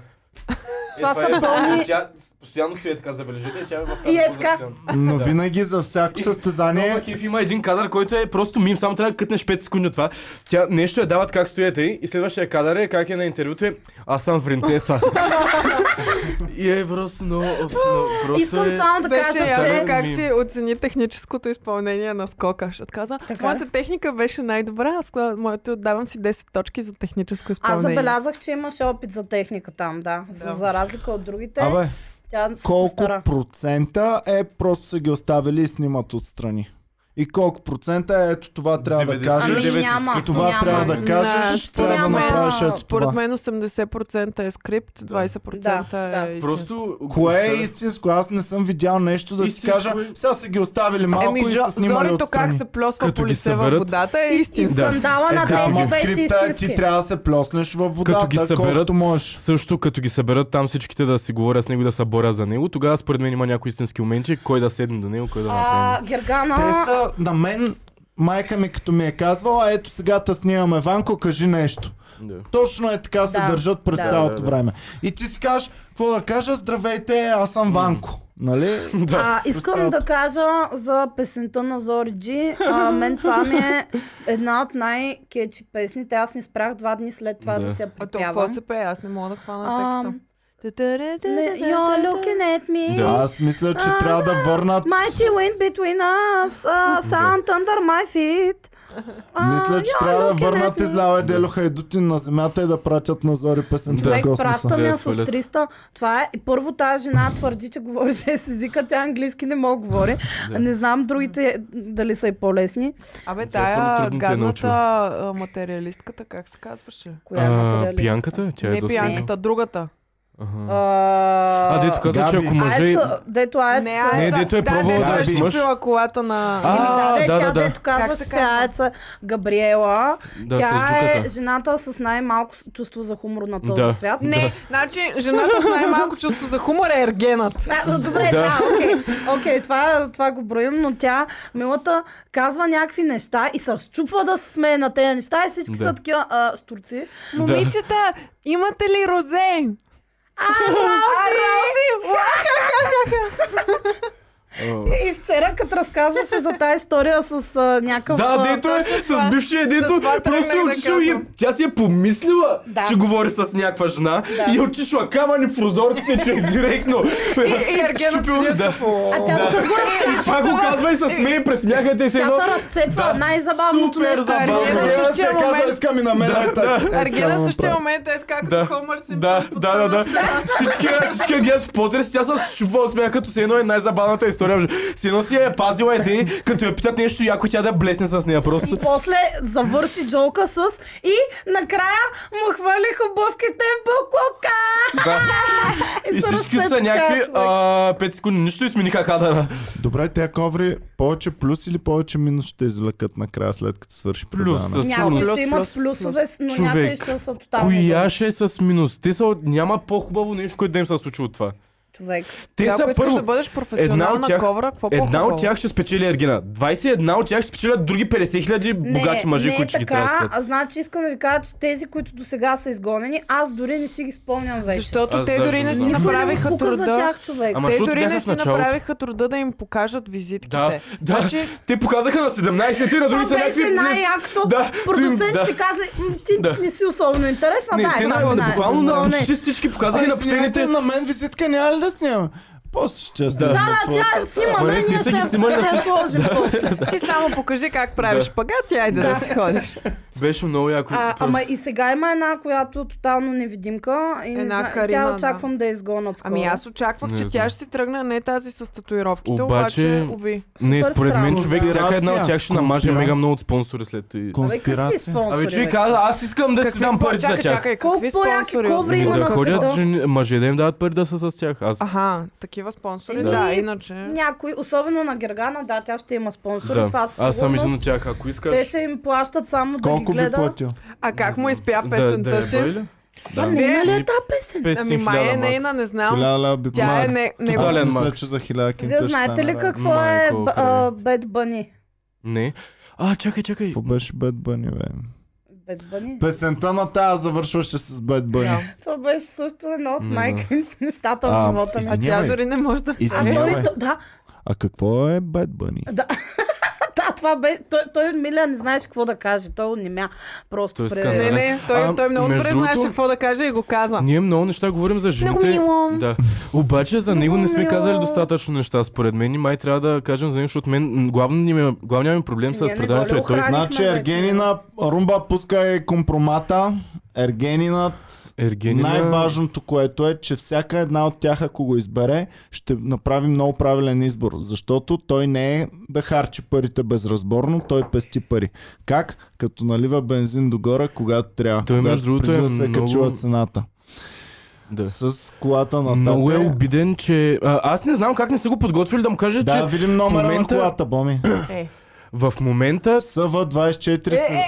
Е, Това са е, пълни- Тя постоянно стои така, забележете, и тя е в И тази е поза така. постоянно. Но Да. винаги за всяко Много състезание кеф има един кадър, който е просто мим, само трябва да кътнеш 5 секунди от това. Тя нещо я дават как стои тъй и следващия кадър е как е на интервюто е Аз съм принцеса. и е просто много... много- просто Искам е... само да Беше кажа, че явно Втория как мим. си оцени техническото изпълнение на скока. Ще каза, Така. моята техника беше най-добра, аз кла- моето давам си 10 точки за е. техническо аз изпълнение. забелязах, че имаше опит за техника там, да. За, Да. за разлика от другите. Абе, тя се колко постара. процента е просто са ги оставили и снимат отстрани? И колко процента е ето това трябва да 90. кажеш? Ами девет няма, изкритно. Това няма. трябва да кажеш, Не, трябва да според мен- направиш ето Според това. мен 80% е скрипт, 20% Да, да. е истинско. Просто... Кое е истинско? Аз не съм видял нещо да си Истинско кажа, е. сега са ги оставили малко Еми, и Жо- са снимали Зорито как отстрани. се плосва Като по ги лице във съберат. водата е И, и истинско. Да. скандала на Е, да, ама тези беше скрипта е, истински. ти трябва да се плоснеш във водата, колкото можеш. също като ги съберат там всичките да си говорят с него и да се борят за него, тогава според мен има някои истински моменти, кой да седне до него, кой да А, направи. Гергана... Те са, на мен, майка ми като ми е казвала, ето сега те снимаме Ванко, кажи нещо. Да. Точно е така се Да, държат през да. цялото Да, да, да. време. И ти си кажеш, какво да кажа, здравейте, аз съм Ванко. Нали? А, искам Представата. да кажа за песента на Зори Джи. А, мен това ми е една от най-кечи песните. Аз не спрях два дни след това да, Да. си я А то какво припявам. се пее? Аз не мога да хвана А, текста. не, You're looking at me. Да. Аз мисля, че А, трябва да върнат. Mighty wind between us. Uh, sound under my feet. А, Мисля, че you're трябва да looking върнат at me. изляла Делю Хайдутин на земята и да пратят на Зори песента в Човек космоса. праща ме Да, с свалят. 300. Това е. И първо тази жена твърди, че говори 6 езика. Тя английски не мога да говори. Да. Не знам другите дали са и по-лесни. Абе, Тя е първо тая трудно те е гадната научила. а, материалистката, как се казваше? Коя е материалистката? пиянката? Тя е не доста... пиянката, другата. Ага. А, А, дето каза, че Габи. ако мъже... Аеца, дето аеца. аеца. Не, дето е да, пробвала да дето е е с мъж. щупила колата на... Ами, А, Еми, да, де, да, тя да, да. дето казваше, че се казва? аеца Габриела. Да, с тя е джуката. жената с най-малко с- чувство за хумор на този Да. свят. Не, значи жената с най-малко чувство за хумор е ергенът. Да, за- добре, да, Да. окей. Окей, това, това го броим, но тя, милата, казва някакви неща и се щупва да се смее на тези неща и всички Да. са такива а, штурци. Момичета, имате ли розе? А, Рози! И вчера, като разказваше за тази история с а, някакъв... Да, а, дето е с това- бившия дето, това тръгнах просто е да отишъл и казвам. тя си е помислила, Да. че говори с някаква жена Да. и е отишла камъни в прозорците, че е директно. И ергенът Щупил- си е да. тъпо. А тя Да. докато го разказва, И това го казва и се смее, пресмяхате се Тя едно. се разцепва. Да. Най-забавното Супер нещо. е, забавно. Ариана Ванко Ергена Делю същия се казва, момент- искам и на мен. е така. Е, Ергена трябва да в същия направя. момент е така, като Да. Хомър Симпсън. Да, под да, да, тъмна да. стена. Всички, всички я гледат в потрес, тя се щупва от смях, като се едно е най-забавната история. Си едно си е пазила еди, като я питат нещо, яко тя да блесне с нея просто. И после завърши джолка с и накрая му хвърлих обувките в буклука. Да. И И се всички разцепи са някакви така, човек. 5 секунди, нищо и смениха кадъра. Добре, тя коври повече плюс или повече минус ще извлекат накрая след като свърши предаването. със- Някои сигурно. ще Плюс, имат плюс, плюс. плюсове, но Човек, някои ще са тотално. Коя ще е с минус? Те са, няма по-хубаво нещо, което да им се случи от това. Човек. Те Ако са искаш първо. да бъдеш професионална тях- кобра, какво Една по-хубаво? от тях ще спечели Ергина. 21 от тях ще спечелят други 50 хиляди богати мъже, не които ще е ги така. траскат. А, значи искам да ви кажа, че тези, които до сега са изгонени, аз дори не си ги спомням вече. Защото Аз те даже дори не не си знам. Никой не направиха му пука за труда. тях, човек. Ама Те защото дори бяха не в си началото. направиха труда да им покажат визитките. Да, да. Значи, Те показаха на 17 и на Това други са беше някакви... най-якото. Да, Продуцент да. си каза, «М, ти Да. не си особено интересна, Не, да, те на, буквално на почти всички показаха и на последните... Извинете, на мен визитка няма ли да снимаме? После ще снимаме. Да, да, тя е снима, Ама да, не, ти ние ще всеки снимаш на ще я сложим после. ти само покажи как правиш Да. пагат и айде да си ходиш. Беше много яко. А, Пр- ама и сега има една, която е тотално невидимка. И не Една зна- Карина, тя очаквам да, я изгонят скоро. Ами аз очаквах, Не че знам. тя ще си тръгне, не тази с татуировките, Обаче- обаче уви. Не, супер според мен странно. човек, всяка една от тях ще намаже Конспира- мега много от спонсори след това. Абе, какви Конспирация. спонсори, Абе, човек, бе? аз, аз искам да си дам спо- парите за чакай, тях. чакай, Колко какви по-яки спонсори? коври Ами има да на ходят света? жени, мъже да им дават пари да са с тях. Аз Аха, такива спонсори, Еми, да, иначе... Някой, особено на Гергана, да, тя ще има спонсори, да. това със Аз съм сигурност. един от тях. Ако искаш... Те ще им плащат само да ги Колко би гледа. платил? А как му изпя Да- песента да я си? бъде ли? Това не е Вие- ли е тази песен? 50 Ами май е нейна, не знам. Хиляда лева би Тя е платил. не- Аз Тотален мисля, макс. че за хиляда Вие кинта ще знаете стане ли работа. какво е Майко, б- а, край. Bad Bunny? Не. А, чакай, чакай. Какво беше Bad Bunny, бе? Bad Bunny? Песента на тая завършваше с Bad Bunny. Да. Това беше също едно от Не, да. най-кринч нещата в А, живота ми. извинявай. Тя Нямай. дори не може да... А Извинявай. той, то- да, А какво е Bad Bunny? да. Да, това бе, той, той Миля не знаеш какво да каже, той онемя. Просто Той нали? пре... скандал. Не, не, той, А, той много между добре знаеше другото- какво да каже и го каза. Ние много неща говорим за жените. мило. Да. Обаче за него не сме мило. казали достатъчно неща, според мен. И май трябва да кажем за него, защото мен главният ми, главният ми проблем Че с ние не предаването го е той. охраним. Значи вече. Ергенина Румба пуска е компромата. Ергенинът Ергенина... Най-важното, което е, че всяка една от тях, ако го избере, ще направи много правилен избор. Защото той не е да харчи парите безразборно, той пести пари. Как? Като налива бензин догоре, когато трябва. Той, когато между другото, преди е да се много- качува цената. Да. С колата на Много е тате. обиден, че... А, аз не знам как не са го подготвили да му кажа, Да, че видим номера момента- на колата, Боми. Е. в момента... с- СВ24 е, е,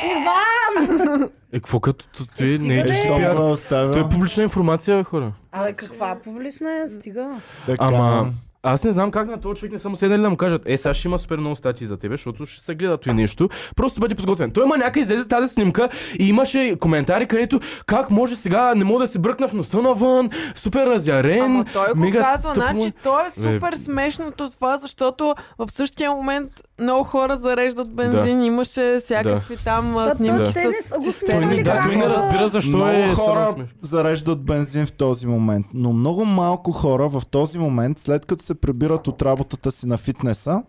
Е, какво като т- той не стига е да е. личен пиар? е, Той е оставя. публична информация, бе, хора. Абе, каква публична е? Стига. Така. Ама... Аз не знам как на този човек не съм седнали да му кажат, е, сега ще има супер много статии за тебе, защото ще се гледа и нещо. Просто бъде подготвен. Той има някъде излезе тази снимка и имаше коментари, където как може сега, не мога да се бръкна в носа навън, супер разярен. Ама той го мега казва, тъпо му е. значи то е Е. супер смешното това, защото в същия момент много хора зареждат бензин, имаше всякакви там а, Да, снимки той с те не са го системи. Той не, Нали да, как? той не разбира защо много е хора станал смешен. зареждат бензин в този момент, но много малко хора в този момент, след като се прибират от работата си на фитнеса,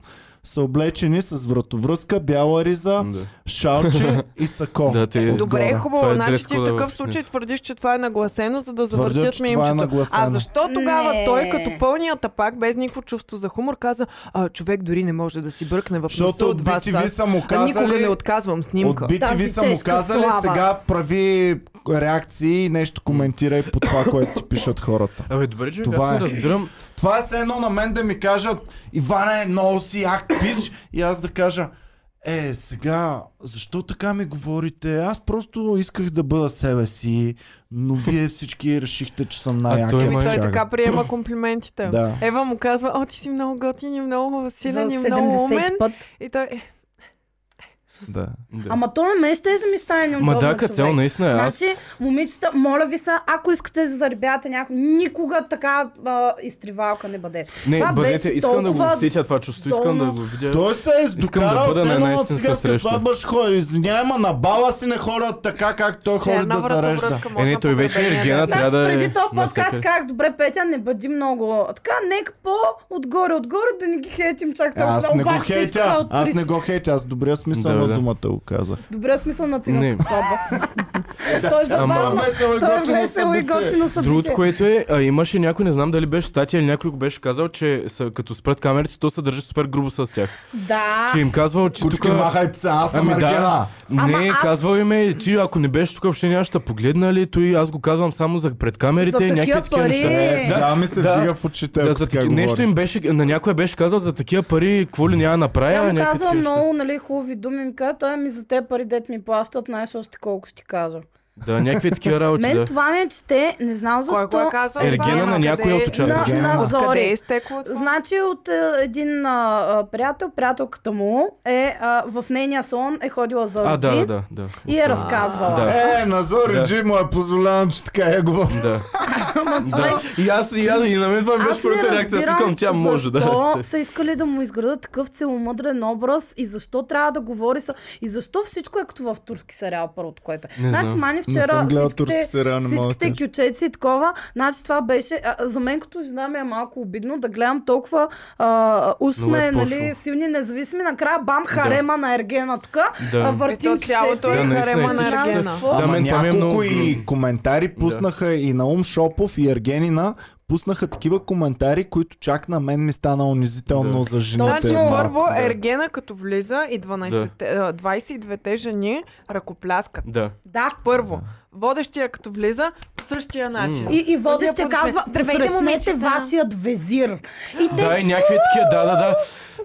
са облечени с вратовръзка, бяла риза, Да. шалче и сако. Да, те- Добре, Това хубаво, е значи ти дрес-кода в такъв в случай фитнес. твърдиш, че това е нагласено, за да Твърдя, завъртят че това е мимчето. нагласено. А защо тогава Не. той като пълния тапак, без никакво чувство за хумор, каза, а, човек дори не може да си бръкне в носа Защото от от вас. BTV аз- са му А никога казали, не отказвам от снимка. BTV Тази са му тежка казали, слава. сега прави реакции и нещо коментирай по това, което ти пишат хората. Абе, добре, че Това аз не е. разбирам. Това е все едно на мен да ми кажат Ивана е много си як пич и аз да кажа е, сега, защо така ми говорите? Аз просто исках да бъда себе си, но вие всички решихте, че съм най-як. той Ами май- той пичага. така приема комплиментите. Да. Ева му казва, о, ти си много готин и много силен За и много 70 умен. път. И той, е, Да. Да. Ама то на мен ще да ми стане неудобно, Ма да, човек. като цяло, наистина. Аз Значи, момичета, моля ви се, ако искате да заребявате някой, никога така а, изтривалка не бъде. не, това бъдете, беше искам да го толкова усетя това чувство, искам да долно. го видя. Той се е да докарал бъда да на все едно една на истинска циганска среща. сватба ще ходи. Извинявай, ма на бала си не ходят така, както той е ходи черна да зарежда. вратовръзка Е, може не, на той вече е погребение да Ергена, е. трябва Значи, да е преди този подкаст навсякъде. казах, добре, Петя, не бъди много. Така, нека по-отгоре, отгоре да не ги хейтим чак Е, толкова. аз не го Обаче се искаха хейтя, от аз туристи. не го хейтя, аз в добрия смисъл Да, на да. думата го казах. В добрия смисъл на Не. циганската сватба. Той е забавно. весело и Той е готино весело и събитие. готино събитие. Другото, което е, а, имаше някой, не знам дали беше статия или някой го беше казал, че са, като спрат камерите, то се държи супер грубо с тях. Да. Че им казвал, че тук... Кучки махай пса, аз съм Ами Ергена. да, Ама не, аз- казвал им е, ти ако не беше тук, въобще нямаше да погледна ли, той аз го казвам само за пред камерите За и някакви такива такива пари. неща. Е, Да, тогава ми се да. вдига в очите, Да, ако за Е, така таки... Нещо говори. им беше, на някой беше казал за такива пари, какво ли няма да направя. Тя му някакви казва такива неща. много нали, хубави думи, ми каза, той ми за те пари, дет ми плащат, знаеш още колко ще кажа. Да, някакви такива работи. Мен да. това ме чете, не знам защо. Кой го е казал? Ергена това? на някой Къде- от участниците. На- на Зори. Къде е изтекло това? Значи от е, един а, а, приятел, приятелката му е а, в нейния салон е ходила за А, да, Орджи да, да, да. и е разказвала. Да. Е, на Зори Да. Джи му е позволявам, че така е говори. Да. да. И аз и, аз, и на мен това ми беше Аз не първата реакция, си към тя може да. защо са искали да му изградат такъв целомъдрен образ и защо трябва да говори са... И защо всичко е като в турски сериал, първото което е. Не Значи, знам. Мани Не вчера съм гледал всичките, турски сериал, не мога да всичките кажа. кючеци и такова, значи това беше... А, за мен като жена ми е малко обидно да гледам толкова а, уж Много е сме, нали, пошло. силни, независими. Накрая бам, харема на Ергена тук, Да. а, И то въртим цялото Да, е кючеци. наистина, харема и на всичко Аз се- Ергена. какво? Да, Ама мен това ми е няколко много и трудно. коментари пуснаха и Наум Шопов и Ергенина пуснаха такива коментари, които чак на мен ми стана унизително Да. за жените. Значи малко. първо да. Ергена като влиза и е, 12, а, 22-те жени ръкопляскат. Да. Да, Първо, водещия като влиза по същия начин. И, и водещия Първия казва, подсме- Здравейте, посрещнете момичета. вашият везир. И те Да, и някакви такива, да, да, да.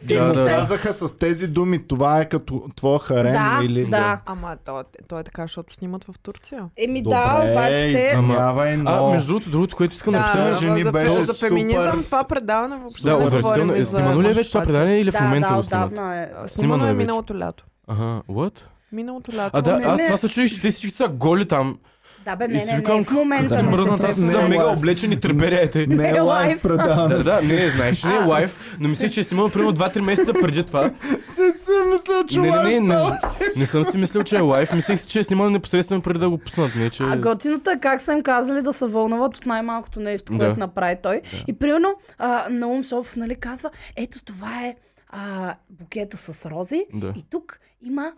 И Да, му да, да. казаха с тези думи, това е като твоя харем Да, или... да. Ама то, то е така, защото снимат в Турция. Еми Добре, да, обаче те... извинявай, но... А, между другото, другото, което искам да, Да, питам да. е, жени за, беше за феминизъм супер. това предаване въобще Да, не отвратително. говорим Е, за Снимано ли е вече това мъжофазия. предание или в Да, момента да, го снимат? отдавна е. Снимано Снимано е е вече. миналото лято. Ага, what? Миналото лято. е А да, мен аз ме- това се чудих, че те всички са голи там. Да бе, И не, си не, не, викам, в момента Като не. мръзнат, аз не Не е знам, мега лайв. облечени триберията. Не Е, е лайв лайв. предаване. Да, да, не, знаеш, не е лайв, но мисля, че е снимал примерно 2-3 месеца преди това. Се си мисля, че Не, не, не, лайв не, става се. не съм си мислил, че е лайв, мислех си, че е снимал непосредствено преди да го пуснат, не че... А готиното е как са им казали да се вълнуват от най-малкото нещо, което Да. направи той. И примерно а, Наум Шопов нали, казва, ето това е а, букета с рози Да. и тук има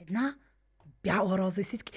една бяла роза и всички.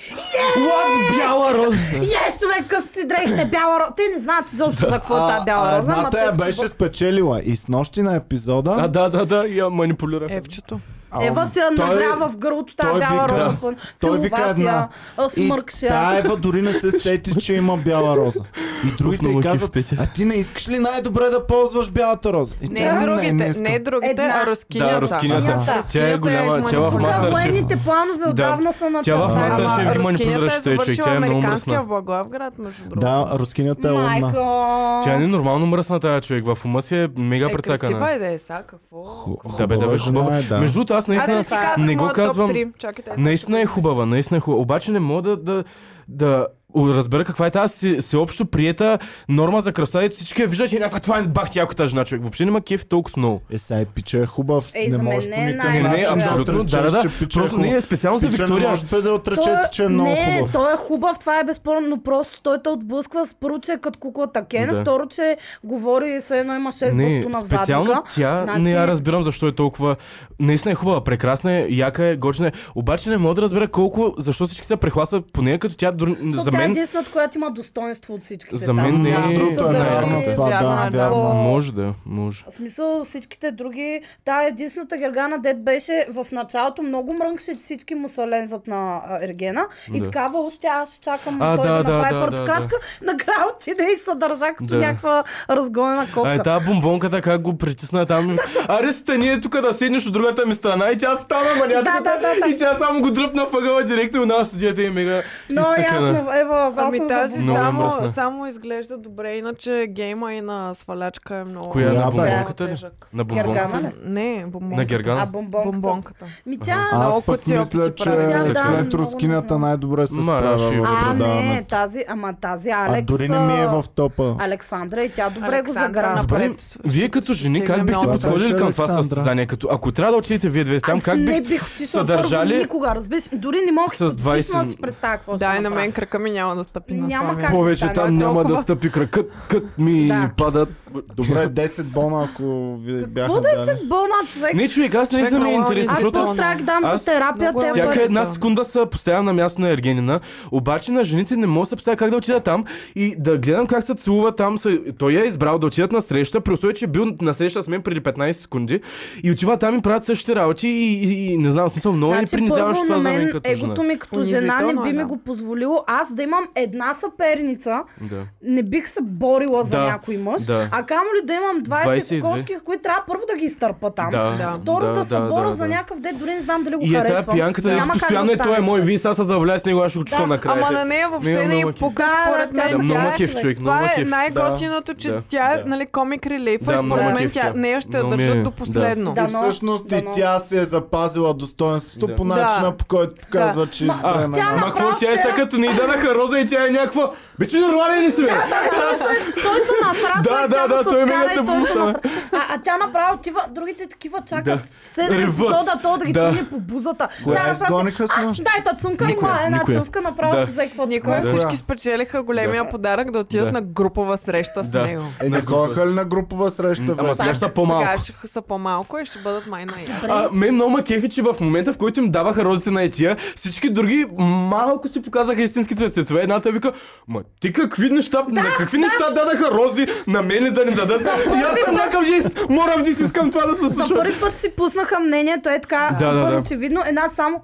What? Бяла роза! Еш, човек, къс си дрехте бяла роза. Те не знаят изобщо за какво е тази бяла а роза. ама едната я те са- беше спечелила и с нощи на епизода... А, да, да, да, я манипулирах. Евчето. ам, Ева се той- нагрява в гърлото, тази той бяла вика- роза. пън- той целува вика си я, една. а, И Смъркше. тая Ева дори не се сети, че има бяла роза. И другите й Лъки в казват, Петя. а ти не искаш ли най-добре да ползваш бялата роза? И Не, тя, другите, не, искам. е другите, Една. а рускинята. Да, рускинята. Тя е е Рускинята голяма, тя е в изманипулирана. Masterchef. Да, Мастер военните планове отдавна са на Тя в черта. Мастер Ама Шеф ги рускинята манипулиращите, човек, тя е много американския мръсна. Благоевград, между другото. Да, рускинята е умна. Майко! Тя не е нормално мръсна тази човек, в ума си е мега е, красива прецакана. е да е са, какво? Ху- Да, бе, да, хубава бе, жена хубава. е, да. Между другото, аз Аз не наистина си казах, не го моят казвам. топ 3. Чакайте, аз Наистина е ще- хубава, наистина е хубава. Обаче не мога да, да, да разбера каква е тази си- всеобщо приета норма за красота, дето всички я виждат и някаква това е бах ти якота жена човек. Въобще няма кеф толкова много. Е, сега е пича е хубав, Ей, не за мен можеш по не е никакъв Не, най- начин не, Значи, абсолютно, отречеш, да, да, да. че пича е Просто не хубав. е специално за Пича не Виктория. можете да Той отречете, че е много не, хубав. той е хубав, това е безспорно, но просто той те отблъсква с първо, че е като куклата Кен, Да. второ, че говори се едно има 6 Не, бастуна в задника. специално тя Значи- не я разбирам защо е толкова... Наистина е хубава, прекрасна е, яка е, гочна е. Обаче не мога да разбера колко, защо всички се прехласват по нея, като тя дори... Защото за тя е мен... единствената, която има достоинство от всичките. За там. мен не е- Да, Между другото е съдържи- вярно това, да, Вярно е, да. вярно. О, Може да, може. В смисъл всичките други. Та единствената Гергана Дед беше в началото много мрънкше, че всички му са лензат на а, Ергена. И Да. такава още аз чакам А, той да, да, да, направи да, първата да, крачка. Накрая отиде и се държа като Да. някаква разгонена котка. А е тази бомбонката как го притисна там. Аре стани е тук да седнеш от другата ми страна и тя стана маня. Да, да, да, да. И тя само го дръпна въгъла директно и у нас студията е мега Но изтъкана. ясно, Ева, аз Ами съм тази забравила. Много е само, мръсна. само изглежда добре, иначе гейма и на свалячка е много Коя бе? на много бомбонката ли? тежък. На бомбонката Гергана ли? ли? Не, бомбонката. На А Гергана. бомбонката. бомбонката. Ми тя... Аз Много пък котия мисля, опити че прави. Тя, да, след много рускинята не най-добре се Ма, справя ще в го А, не, предаването. тази, ама тази Алекс... А дори не ми е в топа. Александра и тя добре го Александра заграна. направи Добре, Пред- вие като жени Стигаме как бихте много. подходили Беше към това Александра. състезание? Като, ако трябва да отидете вие две там, Аз как не бих... бих отишла съдържали първо никога, разбираш. Дори не мога с 20 да си представя какво ще Да, и на направя. мен кръка ми няма да стъпи на Няма това. как. място. Повече стане там няма толкова? да стъпи кракът, кът ми Да. падат. Добре, 10 бона, ако ви бяха Какво да е дали. след болна човек? Не, човек, аз наистина ми е Човек, много интересно, е Аз защото просто трябва да ги дам аз- за терапия, Много е те Всяка Всяка пък- една Да. секунда се поставям на място на Ергенина, обаче на жените не мога да се представя как да отида там и да гледам как се целува там. Са... Той я е избрал да отидат на среща, при условие, че е бил на среща с мен преди 15 секунди и отива там и правят същите работи и, и, и не знам, в смисъл, много е принизяващо Значи, на това за мен като жена. егото ми като жена не Унизително би е, ми да. го позволило аз да имам една съперница, Да. не бих се борила за Да, някой мъж, да. а камо ли да имам 20 22. кокошки, които трябва първо да ги изтърпа там. Да, Второ да, да, се да, боря да, за да. някакъв дет, дори не знам дали го И е тази харесвам. пиянката, дето Няма как постоянно е, да той е стане. мой, вие сега се завляли с него, аз ще го чука Да, накрая. Ама на нея Ми е въобще не много и кеф. пука, Да, според да, мен. да, тя много е кеф човек. човек, много Това е кеф. най-готиното, че Да, тя е да. нали, комик релифа Да, и много според мен кеф тя, тя. нея ще я Много ми е- държат до да. последно. И Да. Дано, всъщност и дано. тя си е запазила достоинството Да. по начина, Да. по който показва, че... Ма, да, тя на- на- Ама какво тя е вчера- сега като ни дадаха роза и тя е някаква... Бичо нормален ли си бе? Той се- той се насрачва Да, и тя да, да, се той е скара мега и те той се помощава. насра- А, а тя направо отива, другите такива чакат Да. седем Реват. епизода, то да ги Да. цъкне по бузата. Коя Тя направо- изгониха с А, нощ? Дай та цънка, Никоя, има една никоя. цъвка, направо Да. се взе какво Никой Да. всички спечелиха големия Да. подарък да отидат Да. на групова среща с Да. него. Е, не на ходиха ли на групова среща, Ама бе? сега ще са по-малко. Сега ще са по-малко и ще бъдат май на я. А, мен много ма кефи, че в момента, в който им даваха розите на етия, всички други малко си показаха истинските цветове. Едната вика, ма ти какви неща, на какви неща дадаха рози на мене да не дадат. и аз съм някакъв жест, морав жест, искам това да се За случва. първи път си пуснаха мнението, е така, Да, да, супер да. очевидно. Една само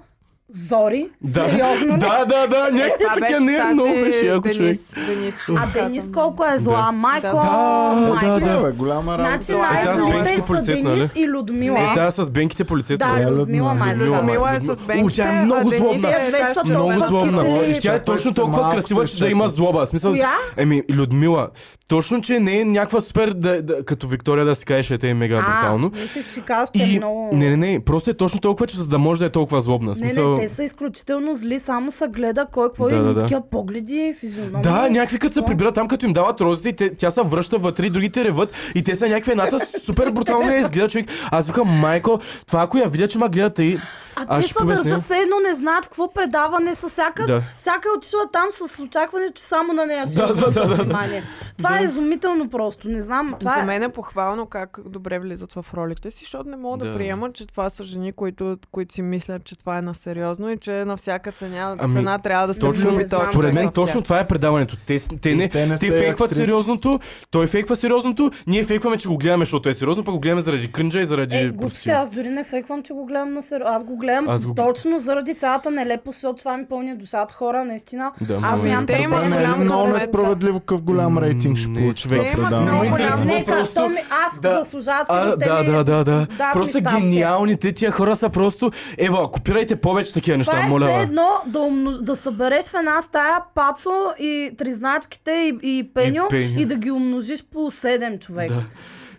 Зори, Да, сериозно ли? да, да, да, някакви Това беше такива не е тази много беше, ако човек. Денис, Денис, А Денис колко е зла, Да. майко, Да, Е, майко. да, да, бе, голяма работа. Значи Е, тя с най-злите бенките са полицейт, Денис нали? и Людмила. Тя с бенките полицейт. Да, Е, Людмила Людмила, май Людмила. зла. Мила е с О, бенките, тя е много а Денис злобна. е Двете са страшно Много толкова злобна. злобна. кисели. И Тя е Чакай, точно се толкова малко красива, се че да чакай. има злоба. В Смисъл, Коя? Еми, Людмила, точно, че не е някаква супер, да, да, като Виктория да си кажеш, е, те е мега А, брутално. мислех, че казваш, че е И... много... Не, не, не, просто е точно толкова, че за да може да е толкова злобна. В Не, Смисъл... не, те са изключително зли, само се гледа кой какво Да, и да, ни да. такива погледи, физиономии. Да, някакви като се Какво? прибират там, като им дават розите, и те, тя се връща вътре, и другите реват и те са някакви едната супер брутално я изгледа човек. Аз викам, майко, това ако я видя, че ма гледате и... А аз те ще се побесня. държат, все едно не знаят какво предаване са, сякаш Да. всяка е отишла там с очакване, че само на нея ще Да, да, обръщат да, да, да. внимание. Това е изумително просто, не знам, това За е... мен е похвално как добре влизат в ролите си, защото не мога да, Да. приема, че това са жени, които, които си мислят, че това е на сериозно и че на всяка цена, Ами, цена трябва да се Точно, влюби знам този Ами, според човек мен в точно тях. това е предаването. Те, с- те, И не, те те, не са и фейкват актриси. сериозното, той фейква сериозното, ние фейкваме, че го гледаме, защото е сериозно, пък го гледаме заради кринджа и заради... Е, пустия. глупости, аз дори не фейквам, че го гледам на сериозно. Аз го гледам Аз го- точно заради цялата нелепост, защото това ми пълни душата хора, наистина. Да, аз много е нямам Те имат Е, търпение. не, голям много късмет. несправедливо какъв голям рейтинг ще Не, получи това човек. Те имат предаване. много Много голям голям. Не, просто- просто... ми, аз да. заслужават А, сигурно, те да, ми- да, да, да. дават ми Просто са щастие. гениални. Те тия хора са просто... Ева, копирайте повече такива неща, Това е моля. все бе. едно да, умно... да събереш в една стая пацо и тризначките и, и пеньо и, пеньо. да ги умножиш по 7 човека. Да.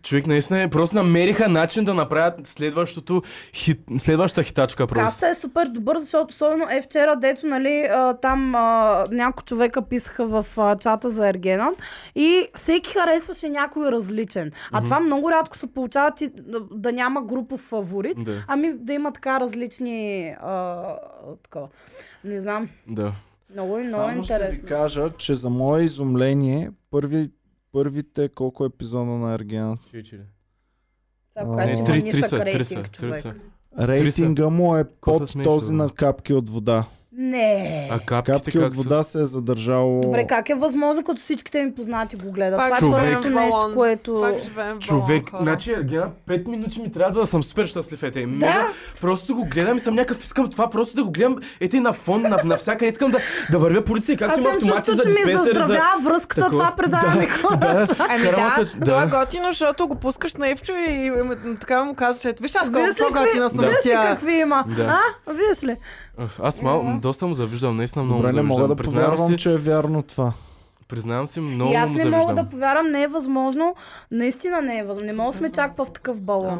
Човек, наистина е, просто намериха начин да направят следващото хит, следващата хитачка просто. Каста е супер добър, защото особено е вчера, дето нали, а, там а, няколко човека писаха в а, чата за Ергенът и всеки харесваше някой различен. А това много рядко се получава ти, да, да няма групов фаворит, Да. ами да има така различни а, такова. Не знам, Да. много е много е Само ще ви интересно. кажа, че за мое изумление, първи, първите колко епизода на Ергена Това А, го Е, не, кажа, че три- има три нисък рейтинг, три човек. са. Рейтинга му е се под смееш, този бе? на капки от вода. Не. А капките Капки как от са? вода се е задържало... Добре, как е възможно, като всичките ми познати го гледат? Пак това е живеем първото в нещо, балон. което... Пак живеем в Човек, балон, хора. значи Ергена, 5 минути ми трябва да съм супер щастлив. Ете, да? Просто го гледам и съм някакъв, искам това просто да го гледам. Ете на фон, на, навсякъде искам да, да вървя полиция, както Аз има съм автомати чувствал, за че ми е диспенсери, за... заздравява връзката, Такова. това предаване хора. Да, Ами карам да, се- да, това е готино, защото го пускаш на Евчо и, и, м- така му казваш, ето виж аз колко Виж ли, какви, по-готина съм от виж ли тя. какви има? Да. А, виж ли? Ах, Аз малко, доста му завиждам, наистина много Добре, му не завиждам. мога да Признавам повярвам, си, че е вярно това. Признавам си, много И аз му не завиждам. мога да повярвам, не е възможно. Наистина не е възможно. Не мога да сме чак в такъв балон.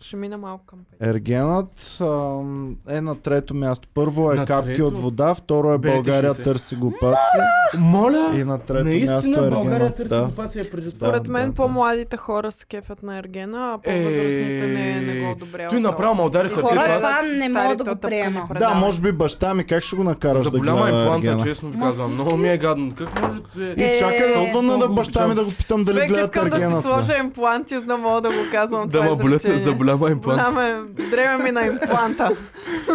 Ще мина малко към пет. Ергенът ам, е на трето място. Първо е На капки трето? от вода, второ е Бейте, България ще се. търси го паци Моля! и на трето място Наистина е България Ергенът. търси Да. окупация да. преди това. Е, Да. Според мен по-младите хора се кефят на Ергена, а по-възрастните Е, не, е, не Е, го одобряват. Той направо ме удари сърце. Хора, това- това не мога да старите го отъпкани приема. предават. да, може би баща ми, как ще го накараш За да голяма гледа импланта, е Ергена? честно ви Ма казвам. всички- Много ми е гадно. Как може да... И Е, чака да звънна на много баща ми да го питам дали Човек, гледат искам да си Ергенът. сложа импланти, за да мога да го казвам Да това е ма болят изречение. за голяма импланта. Голяма е, дреме ми на импланта.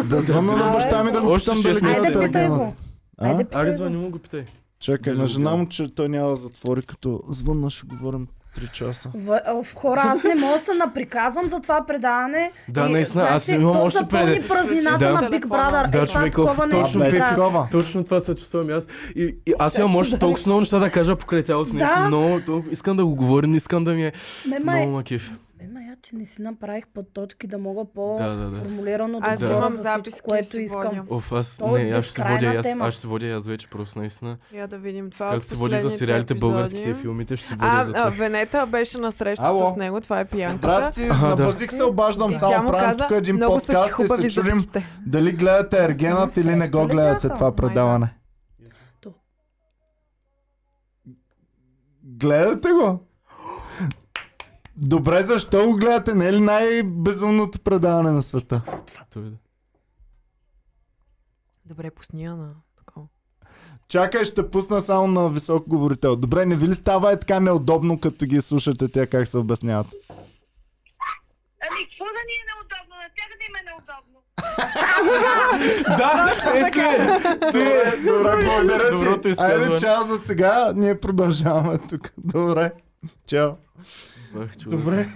Да звънна на баща ми да го Още питам дали шест месеца. гледат Айде, питай Ергенът. го. А? Айде, Ари, питай звъни го. му го питай. Чакай, Дали на го жена гледа? му, че той няма да затвори, като звънна ще говорим 3 часа. В, в хора, аз не мога да се наприказвам за това предаване. значи, Да, наистина, аз имам то още запълни преди. празнината Да. на Big Brother. Да, е, това човек, такова оф, нещо точно а, без ми прави. такова. Точно това се чувствам и аз. И, и аз имам още толкова много неща да кажа покрай цялото нещо. Да. Много, толкова- искам да го говорим, не искам да ми е Ме май, много макив. ме май, а, че не си направих път точки да мога Да, да, да. по-формулирано да, Аз Да. говоря имам за всичко, записки, което си водя. искам. Оф, аз То е не, аз ще се безкрайна водя, и аз, тема. аз ще се водя и аз вече просто наистина. Я да видим това. Как от се води за последните сериалите, българските епизоди. филмите, ще се водя А, за а, това. Венета беше на среща Ало. с него, това е пиянката. Здрасти, Аха, на да. базик се обаждам, И тя само му правим каза, тук е един много са ти подкаст и хубави се чудим зъбките. дали гледате Ергенът Ама или не среща го ли гледате бяха? това предаване. То. Гледате го? Добре, защо го гледате? Не е ли най-безумното предаване на света? Той е да. Добре, пусни я на такова. Чакай, ще пусна само на висок говорител. Добре, не ви ли става е така неудобно, като ги слушате тя как се обясняват? Ами, какво да ни е неудобно? На тях да им е неудобно. Да, ето е. Добре, добре, благодаря Доброто ти. изказване. Айде, чао за сега. Ние продължаваме тук. Добре. Чао. Бах, чудо. Добре.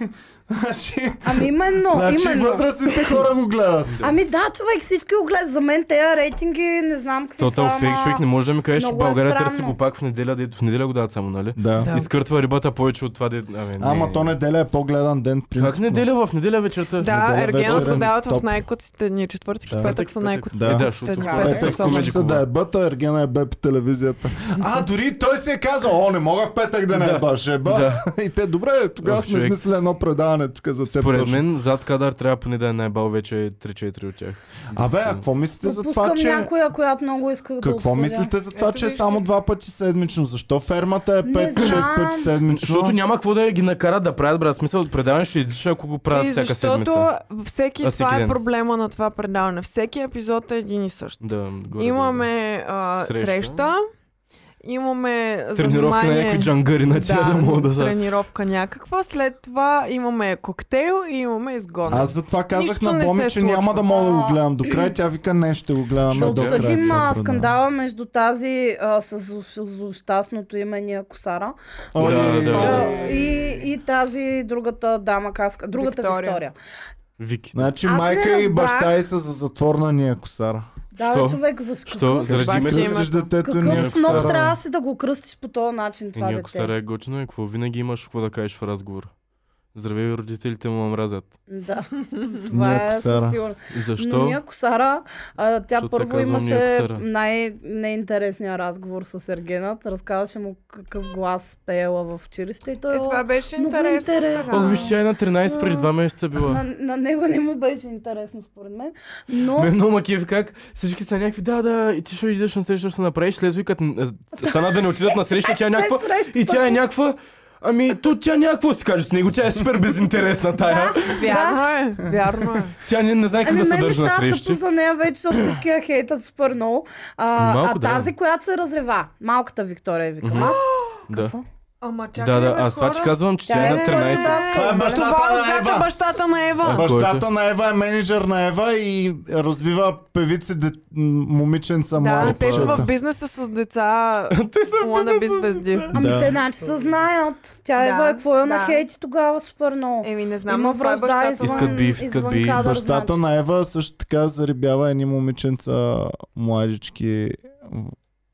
Значи, Ами именно, значи именно. възрастните хора го гледат. Ами да, човек, всички го гледат. За мен тези рейтинги, не знам какви са. Тотал фейк ама- човек, не може да ми кажеш, че много е България странно. търси го пак в неделя, дето в неделя го дават само, нали? Да. Изкъртва рибата повече от това, де... Абе, не. Ама то неделя е по-гледан ден. Как принципно. неделя в неделя вечерта? Да, Неделя Ергена вечерен се дават в топ. най-котите ни четвъртък Да. и петък са най-котите. Да. Е, да, Да, защото да. Петък Comedy всички са Club. да е бъта, Ергена е бе по телевизията. А, дори той си е казал, о, не мога в петък да не Да. е ба, ще е ба. Да. И те, добре, тогава Ох, сме човек. измислили едно предаване тук за теб. Според точно. мен зад кадър трябва поне да е най-бал вече 3-4 от тях. Абе, а какво мислите за Пропускам това, че... някоя, която много исках да Какво обсъдя. мислите за това, Ето че е вижте. само два пъти седмично? Защо фермата е Не 5-6 знам. пъти седмично? Защото няма какво да ги накарат да правят, брат. Смисъл, предаване ще излиша, ако го правят И всяка защото седмица. всеки, А, всеки това е ден. проблема на това предаване. Всеки епизод е един и същ. Да, горе, имаме а, Среща. среща. имаме да. Тренировка на занимание- някакви джангари на тия да, могат да са. тренировка някаква. След това имаме коктейл и имаме изгон. Аз затова казах Нищо на не Боми, се че няма случва. да мога да го гледам до край. Тя вика, не, ще го гледаме Ще до край. обсъдим това а, предаване. скандала между тази а, с зл- злощастното име Ния Косара Ой, Да, да. а, ой. и, и тази другата дама каска, другата Виктория. Виктория. Виктория. Вики. Значи Аз не майка и разбрах. баща и са за затворна ния косара. Да, Що? бе, човек, защо? Що? Заради Бак името? има. Кръстиш детето Какъв ния Ние сноп косара. трябва да си да го кръстиш по този начин това Е, дете? ако се е готино, е какво? Винаги имаш какво да кажеш в разговор. Здравей, родителите му ме мразят. Да, Ния това е Косара. със сигурност. И Но защо? Ния Косара, а, тя Защото се първо казва Ния имаше Косара. най-неинтересния разговор с Ергенът. Разказваше му какъв глас пеела в училище и той... Е, това беше много интересно. интересно. сега. О, виж, тя е на 13 преди 2 месеца била. на, на него не му беше интересно според мен, но... Мен много макив как всички са някакви, да, да, и ти ще идеш на среща, ще се направиш, лезвой, като н- е, стана да не отидат на среща, тя е някаква, среща и тя е точно. някаква, ами, то тя някакво си каже с него, тя е супер безинтересна тая, Вярно е, вярно е. тя не, не знае как Ами да се мен ми държи на става срещи. тъпо за нея вече, защото всички я хейтат супер много. А, Малко, а да. тази, която се разрева, малката Виктория, викам аз. Да, Ама чакай, да, да, бе, аз това, че хора. казвам, че тя Тя е е на на 13. Това е бащата Това на отзад е Ева. бащата на Ева. Бащата на Ева е менеджер на Ева и развива певици де... м- момиченца Да, млади те са в момчета. бизнеса с деца. Те са в Луна без бизнес. звезди. Ами Да. те значи се знаят. Тя Да, Ева е какво я да. на хейти тогава супер много. Еми, не знам, Има но това е връжда бащата. извън, Искат биф, искат извън биф. кадър, Бащата значи. на Ева също така заребява едни момиченца младички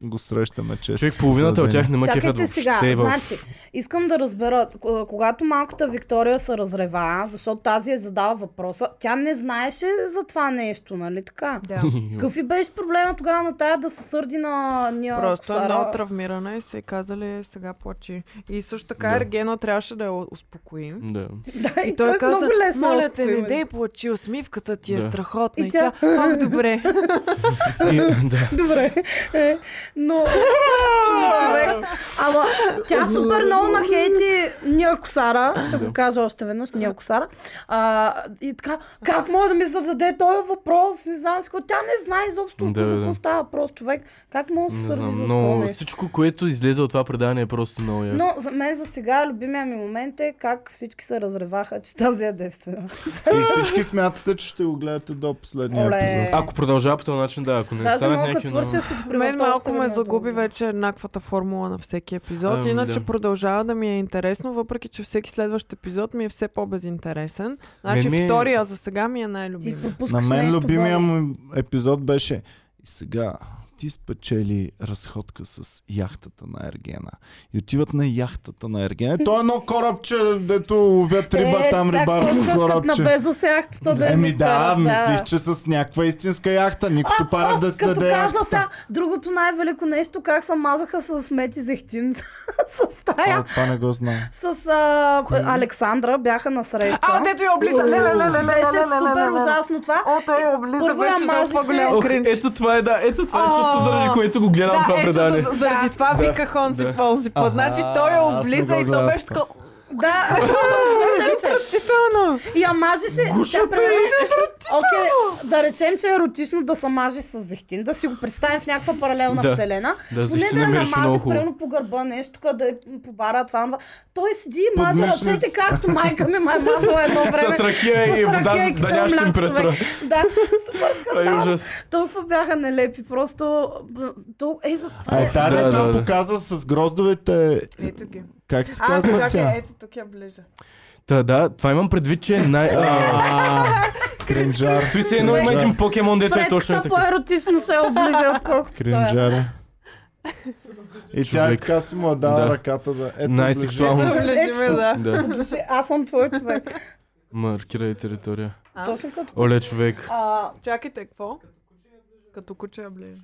го срещаме често. Човек, половината от тях не ме кефят Чакайте въобще. е сега, в- значи, искам да разбера, к- когато малката Виктория се разрева, защото тази е задала въпроса, тя не знаеше за това нещо, нали така? Да. Какъв и беше проблема тогава на тая да се сърди на ния Просто е Сара? много травмирана и се казали сега плачи. И също така Да. Ергена трябваше да я успокои. Да. Да, и, той, каза, много лесно. е моля успокои те, не ме. дей плачи, усмивката ти е Да. страхотна. И И тя, ах, добре. И, да. Добре. Е, Но, но човек, ама Е, тя супер много на хейти Ния Косара, ще го кажа още веднъж, Ния Косара. А, и така, как мога да ми зададе този въпрос, не знам си какво. Тя не знае изобщо Да, за да, какво да. става въпрос, човек. Как мога да се Не сърди за знам, такова но нещо? всичко, което излезе от това предаване е просто много яко. Но за мен за сега любимия ми момент е как всички се разреваха, че тази е девствена. И всички смятате, че ще го гледате до последния Оле. епизод. Ако продължава по този начин, да, ако не Даже станат мога да някакви... свърша много- си го Мен превърта още малко ме веднъж загуби друго. вече еднаквата формула на всеки епизод. Ам, Иначе Ами, да. продължава да ми е интересно, въпреки че всеки следващ епизод ми е все по-безинтересен. Значи ми е- втория за сега ми е Ти най-любимия. На пропускаш мен нещо, любимия Боби. му епизод беше и сега ти спечели разходка с яхтата на Ергена. И отиват на яхтата на Ергена. То е едно корабче, дето ловят риба, е, там сега рибарско пускат На корабче. Безос яхтата да я Еми да, изкарат, мислих, че с някаква истинска яхта. Никой топарев да си Като даде каза яхтата. сега, другото най-велико нещо, как се мазаха с Мети Зехтин. с А, тая, това не го знам. с а, Александра бяха на среща. А, дето я облиза. Ле, ле, ле, ле, ле, ле, Беше ле, ле, ле, супер ле. ужасно това. О, той Е, я облиза, Първо я беше толкова мажеше. голям Ох, кринч. ето това е, да, ето това е чувството, заради което го гледам това ето предаване. за- заради това виках онзи да. да. понзи път. Значи той я аз не облиза го и то гледах беше така... Да, виждате ли, че Титана! я мажеше. Тя превръща- Окей, да речем, че е еротично да се маже с Зехтин, да си го представим в някаква паралелна Да. вселена. Да, Поне защита да я намираш много намаже, хубаво. примерно по гърба нещо, къде да я побара това, това. Той седи и маже Подмишни. ръцете, както майка ми ме е мазала едно време. С ракия и С ракия вода, и да кисело нямаш мляко, температура. човек. Да, супер Ай, скандал. ужас. Толкова бяха нелепи, просто... б- тол- Ей, за това А е... е тази Да, да, да, да. показа с гроздовете. Ето Е, ги. Как се А, казва тя? чакай, ето тук я ближа. Та, да, това имам предвид, че е най... а, А, Кринджар. Той се едно има Кринджар. един покемон, дето е точно Фредката така. по-еротично се е облиза, отколкото той е. Кринджар. И тя е Човек. така си му е дала Да. ръката да... Ето, Най-сексуално. ближи. Ето ближиме, да. Да, Оближи, Аз съм твой човек. маркирай територия. Точно като... Оле, човек. А, чакайте, какво? Като куче я ближа.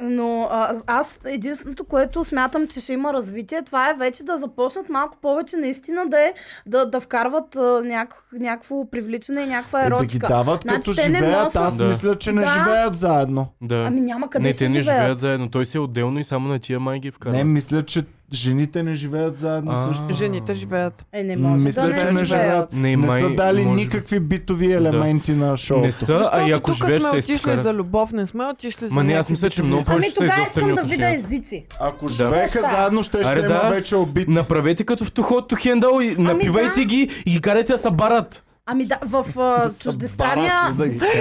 Но а, аз единственото, което смятам, че ще има развитие, това е вече да започнат малко повече наистина да, е, да, да вкарват а, няк, някакво привличане и някаква Е, да ги еротика. дават Значи като те не живеят. носят- Аз Да. мисля, че не Да. живеят заедно. Да. Ами няма къде Не, ще те не живеят. живеят заедно. Той си е отделно и само на тия е май ги вкарва. Не, мисля, че жените не живеят заедно А. също. Жените живеят. Е, не може Мисля, да не че не живеят. живеят. Не, Не май, са дали може би. никакви битови елементи на Не шоуто. са, а и ако тук живееш сме се отишли изпокарат. за любов, не сме отишли за Ма не, аз някакви мисля, че битови много истории. повече Ами ще се е тогава искам застрани да видя отношенията. езици. Ако живееха Да. заедно, ще ще Аре, има да. вече обид. Направете като в Too Hot to Handle и напивайте да. ги и ги карайте да са барат. Ами да, в а, чуждестранния...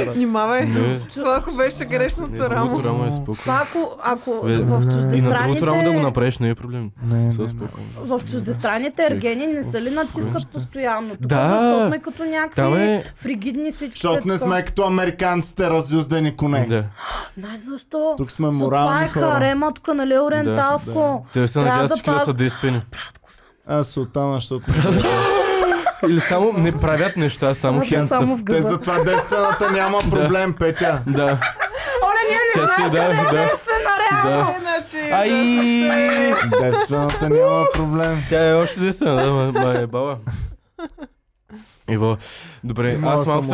Внимавай, Не. това ако беше грешното рамо. рамо е спокойно. Това ако, ако Бе, в И на другото рамо да го чуждестранните... направиш, не е проблем. Не, не, Са не. спокойно. В чуждестранните ергени не са ли натискат постоянно? Тук Да. защо сме като Там някакви е- фригидни всички? Защото не такова? сме като американците разюздени Е. коне. Да. Знаеш защо? Тук сме Защото Това морални е хора. харема, тук нали е ориенталско. Те се Трябва надяват да всички да пак- са действени. Братко съм. Аз се оттам, защото Или само не правят неща, само Ама те само в хенстъп. те гъба. затова действената няма проблем, Петя. Да. Оле, ние не Тя си е знаем къде да, е да. действена реално. Да. Иначе... Ай! Действената няма проблем. Тя е още действена, да, ма, ма е баба. Ево, добре, Имала Е, аз съм малко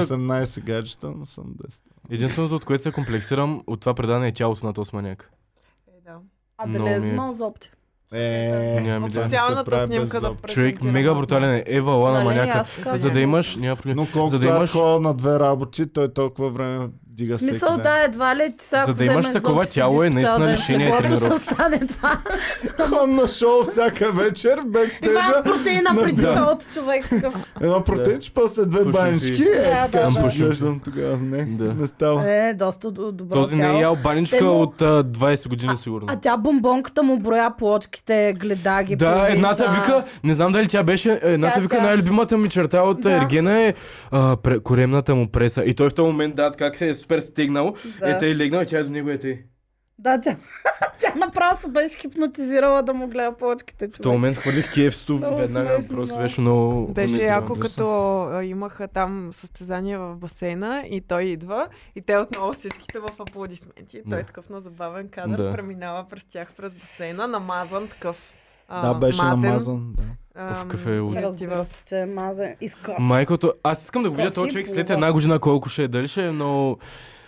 се 18 гаджета, но съм 10. Единственото, от което се комплексирам от това предаване е тялото на този маняк. Е, да. А Много дали ми е е. взимал зопче? Е, Нямам идея. не се Официалната прави снимка без да зоб. Човек презентирам. мега брутален е. Ева, лана Нали, маняка. аз казвам. За да имаш, няма проблем. но за колкото да аз имаш, ходя на две работи, той толкова време дига В всеки смисъл, ден. да, едва ли ти сега За да имаш такова тяло е наистина лишение и Ще тренировки. стане това. Ходим на шоу всяка вечер, в Иван бекстейджа, с протеина Да. преди шоуто, човек. такъв. едно протеинче, после две Пушим банички. си. Е, Да, да, така ще да. изглеждам тогава. Не, Да. не става. Е, доста д- добро този не е тяло. ял баничка Те му- от а, 20 години А сигурно. тя бомбонката му броя плочките, гледа ги. Да, половин едната час. вика, не знам дали тя беше, едната Тя- вика тя. най-любимата ми черта от Да. да. Ергена е а, пре, коремната му преса. И той в този момент, да, как се е супер стигнал, Да. е тъй легнал и тя е до него е тъй. Да, тя, тя направо се беше хипнотизирала да му гледа плочките. В този човек. момент хвърлих кефсто Много веднага, смешно, просто да. беше много... Беше уместно. яко, като а, имаха там състезание в басейна и той идва и те отново всичките в аплодисменти. Той е Да. такъв на забавен кадър, Да. преминава през тях през басейна, намазан такъв. а, Да, беше мазен, намазан. Да. ам, кафе е луд. отива. Разбира се, че е мазен. И скоч. Майкото, аз искам да го видя Скочи този човек след плува. една година колко ще е. Дали ще е много...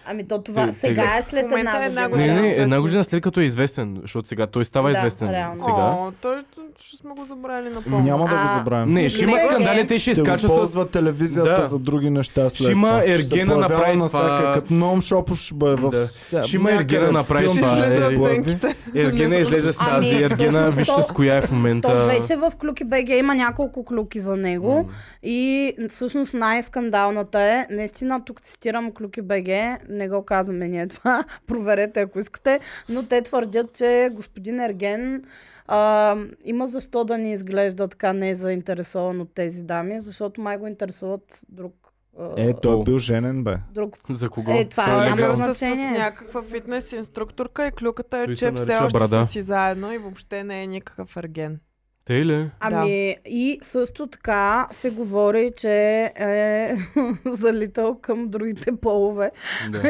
Ами то това Е, сега е след В момента една е една година. Не, година. не, ситуация. една година след като е известен, защото сега той става Да, известен. реално. Сега. О, той ще сме го забрали напълно. Няма да го А, забравим. Не, ще има Добре, скандали, те ще Ще го изкача с... ползва телевизията Да. за други неща след Ще има това. Ергена се появява направи на това. всяка, като Ном Шопо ще бъде в... Да. ся- Ще има някъде Ергена в направи филм това, ще е, се е, появи. Ергена излезе с Ами, тази. Ергена, всъщност вижте то- с коя е в То момента. вече в Клюки БГ има няколко клюки за него. М. И всъщност най-скандалната е, наистина тук цитирам Клюки БГ, не го казваме ние това, проверете ако искате, но те твърдят, че господин Ерген а, има защо да ни изглежда така не заинтересован от тези дами, защото май го интересуват друг. а, Е, той е бил женен, бе. друг. За кого? Е, това Той е няма грозно. Са значение. С някаква фитнес инструкторка и клюката е, Той че се все нарича още Брада. са си заедно и въобще не е никакъв ерген. Те ли? Ами и също така се говори, че е залитал към другите полове. Да.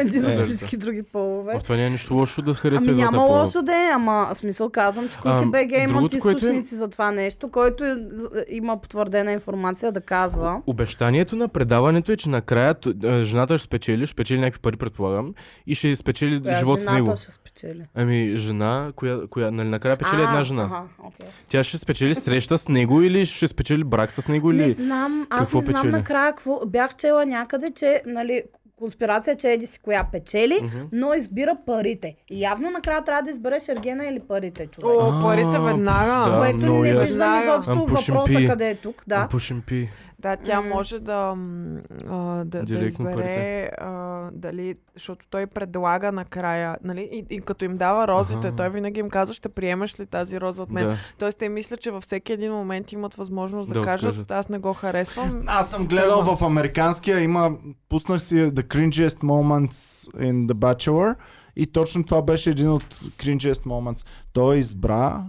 Един от Е, всички други полове. В това няма нищо лошо да харесва Ами едната няма пола. лошо да е, ама в смисъл казвам, че Клики Ам, БГ имат другото, което е- източници за това нещо, който е- з- има потвърдена информация да казва. Обещанието на предаването е, че накрая т- а, жената ще спечели, ще спечели някакви пари, предполагам, и ще спечели коя живот с жената него. ще спечели. Ами, жена, коя, коя нали, накрая печели А, една жена. Аха, окей. Тя ще спечели среща с него или ще спечели брак с него Не или... знам, аз какво не знам печели? накрая какво. Бях чела някъде, че нали, конспирация, че еди си коя печели, Мгм. но избира парите. И явно накрая трябва да избереш Ергена или парите, човек. О, А, парите веднага. да, Което много не ясно. виждам Ам, изобщо пушим въпроса пи. къде е тук. Да. Пушен пи. Да, тя М. може да, м, а, да, да Директно избере парите. а, дали, защото той предлага накрая, нали, и, и като им дава розите, Аха. той винаги им казва, ще приемаш ли тази роза от мен. Да. Тоест те мислят, че във всеки един момент имат възможност да, Да кажат, откажат. аз не го харесвам. Аз съм гледал в американския, има, пуснах си The Cringiest Moments in The Bachelor и точно това беше един от Cringiest Moments. Той избра,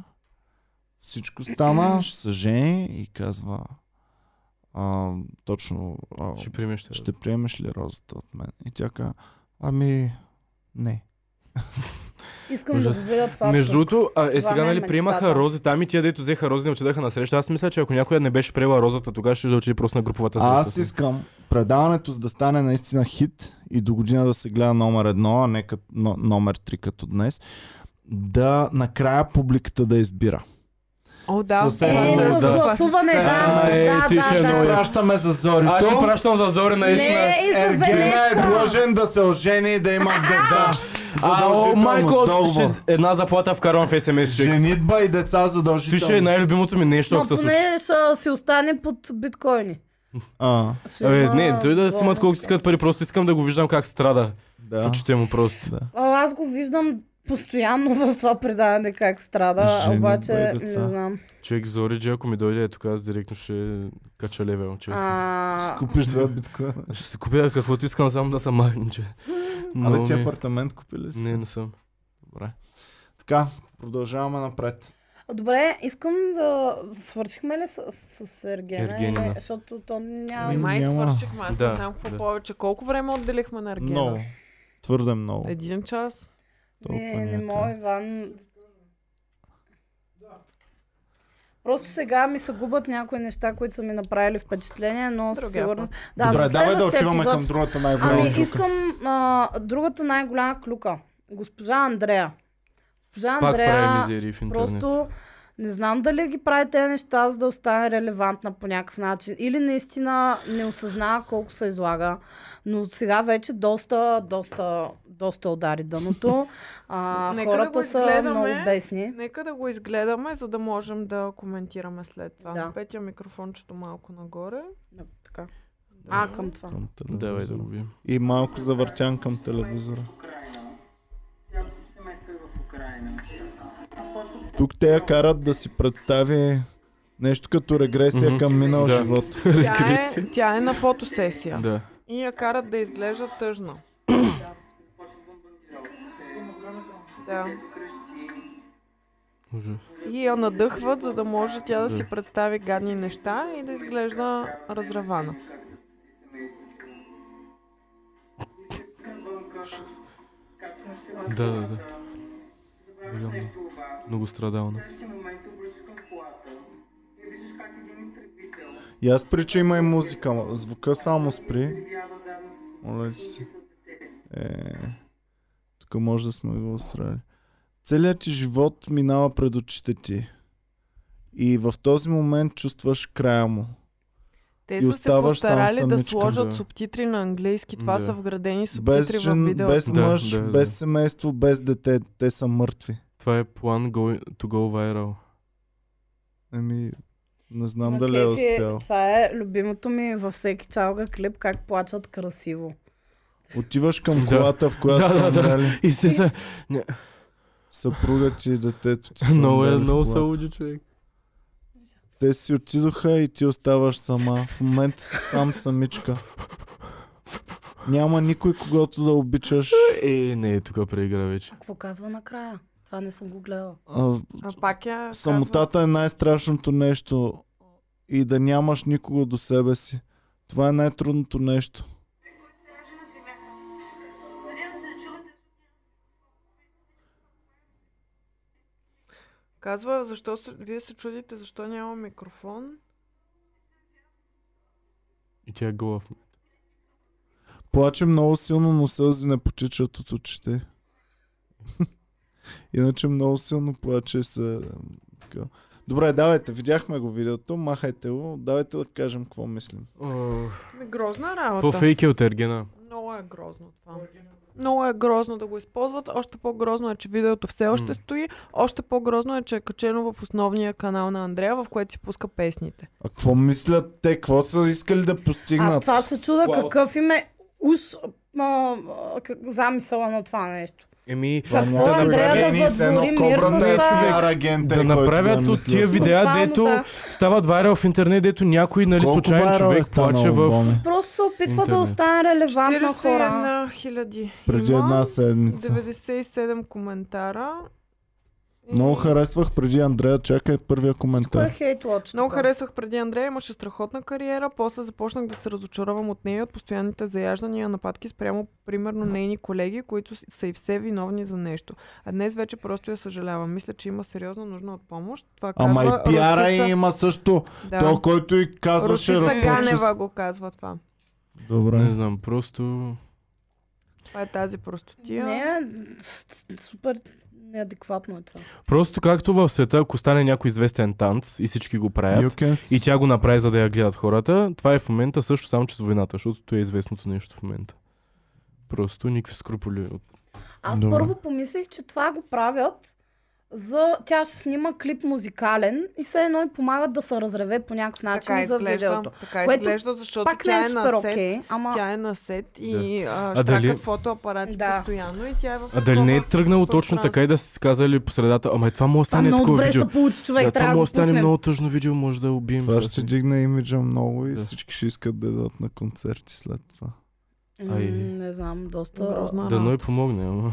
всичко стана, ще се жени и казва а, точно а, Ще приемеш те. ще приемеш ли розата от мен? И тя каза, ами не. Искам да Ужас. го видя това. Между тук. другото, а, е Това сега ми е нали приемаха мечтата. рози там и тия дето взеха рози не отидаха на среща. Аз мисля, че ако някоя не беше приела розата, тогава ще отиде просто на груповата среща. А аз искам предаването за да стане наистина хит и до година да се гледа номер едно, а не като, но, номер три като днес, да накрая публиката да избира. О, да, Със Е, Е, да, с да. гласуване, да. А, е, Да, ти ще е да, много да. ясно. Пращаме за Аз ще зорито. Е, пращам за зори наистина. Не, и за Ергена е Венеция. длъжен да се ожени и да има деца. А, о, Задължително майко, долу. ще- една заплата вкарвам в СМС, човек. Женитба и деца Ти ще е задължително. най-любимото ми нещо, Ма ако се случи. поне ще си остане под биткоини. А, Ще Абе, има Е, не, той да си главно имат колкото така. искат пари, просто искам да го виждам как страда. В да. очите му просто. А, аз го виждам постоянно в това предаване как страда, Жени, бе, обаче не деца. знам. Човек Зориджи, ако ми дойде е тук, аз директно ще кача левел, честно. А, Ще купиш два биткоина. Ще си купя каквото искам, само да съм махниче. Абе, ти апартамент купили си? Не, не съм. Добре. Така, продължаваме напред. добре, искам да... Свършихме ли с, с, с Ергена? Ергенина. Или- Защото то няма... Ами, май няма. свършихме, аз Да, не знам какво да. повече. Колко време отделихме на Аргена? Много. Твърде много. Един час? толкова Не, ни не е мога, тая. Иван. Просто сега ми се губят някои неща, които са ми направили впечатление, но със Другия сигурност... Да, Добре, за давай да следващия отиваме епизод към другата най-голяма Ами клюка. искам а, другата най-голяма клюка. Госпожа Андрея. Госпожа Пак прави Андрея мизерии в интернет. просто не знам дали ги прави тези неща, за да остане релевантна по някакъв начин. Или наистина не осъзнава колко се излага. Но сега вече доста, доста, доста удари дъното. А, Нека да хората го са изгледаме. много бесни. Нека да го изгледаме, за да можем да коментираме след това. Да. Да. Петя микрофончето малко нагоре. Така. А, към това. Към Давай да телевизора. го видим. И малко завъртян към телевизора. Украина. Цялото семейство е в Украина. Започва Тук те я карат да си представи нещо като регресия Мгм. към минал Да. живот. Тя Регресия. е, тя е на фотосесия. Да. И я карат да изглежда тъжна. бомбардировка. Да. Детето крещи. Ужас. И я надъхват, за да може тя да си представи гадни неща и да изглежда разравана. Как да спаси семейството. Излизам вънка, Как функционира Да, да, да. колата. Забравяш Голямо. нещо у вас. Много страдална. В следващия момент се обръщаш към колата и виждаш как един изтребител И аз спри, че има и музика. Звука само спри. изтребява заедно с Моля ти се. с дете. Е, тук може да сме го срали. Целият ти живот минава пред очите ти. И в този момент чувстваш края му. Те И са се оставаш сам постарали да самичка. сложат Да. субтитри на английски. Това Да. са вградени Без субтитри в жен, видео. без Да, мъж, да, да. без семейство, без дете. Те са мъртви. Това е план go- to go viral. Еми, не знам Ма дали е кеф е- успял. Това е любимото ми във всеки чалга клип, как плачат красиво. Отиваш към Да. колата, в която Да, да, са да. умряли И се са... съпруга ти и детето ти. са Много е, умряли в много са колата. луди, човек. Те си отидоха и ти оставаш сама. В момента си сам самичка. Няма никой, когато да обичаш. Е, не е тук преигра вече. Какво казва накрая? Това не съм го гледала. А, А пак я казват. Самотата е най-страшното нещо. И да нямаш никого до себе си. Това е най-трудното нещо. Казва, защо се, вие се чудите, защо няма микрофон? И тя е гола. в- Плаче много силно, но сълзи не потичат от очите. Иначе много силно плаче се... така. Добре, давайте, видяхме го видеото, махайте го, давайте да кажем какво мислим. Грозна работа. По-фейк е от Ергена. Много е грозно това. Много е грозно да го използват. Още по-грозно е, че видеото все още М. стои. Още по-грозно е, че е качено в основния канал на Андрея, в което си пуска песните. А какво мислят те? Какво са искали да постигнат? Аз това се чуда Клава. какъв им е уж а, а, как- замисъла на това нещо. Еми, Това Какво, някой Андрея, да гений, с едно въдвори мир кобрата с е това? пиар агент, да е, който го е направят от мислил тия това. видеа, Буквално, дето да. стават вайрал в интернет, дето някой, нали, Колко случайен вайрал е човек станало, плаче в... Боми? Просто се опитва да Интернет. остане релевантна хора. 41 хиляди. Преди има, една седмица. 97 коментара. И- Много харесвах преди Андрея, чакай първия Кой е коментар. хейт лоч? Много тук? харесвах преди Андрея, имаше страхотна кариера, после започнах да се разочаровам от нея и от постоянните заяждания, нападки спрямо примерно нейни колеги, които с- са и все виновни за нещо. А днес вече просто я съжалявам. Мисля, че има сериозна нужда от помощ. Това Ама казва и пиара Русица. има също. Да. То, който и казваше Русица разпочи- Ганева го казва това. Добре. Не знам, просто... Това е тази простотия. Не, с- с- супер неадекватно е това. Просто както в света, ако стане някой известен танц и всички го You правят, can s- и тя го направи, за да я гледат хората, това е в момента също само, че с войната, защото то е известното нещо в момента. Просто никакви скрупули. от- Аз Добре. първо помислих, че това го правят за... Тя ще снима клип музикален и все едно и помагат да се разреве по някакъв начин Така за изглежда, видеото. така Което изглежда, защото Пак не тя е е супер на сет. окей, ама... Тя е на сет и а, А дали- штракат фотоапарати Да. постоянно и тя е в А дали не е такова- тръгнало точно пространство. така и да си казали по средата, ама е, това може да Това стане много такова добре видео. се получи човек, да, това трябва да може го да стане пуснем. много тъжно видео, може да убием. Това с- ще дигне имиджа много и Да. всички ще искат да идват на концерти след това. М, Ай. Не знам, доста... Грозна Дано и работа. помогне, ама...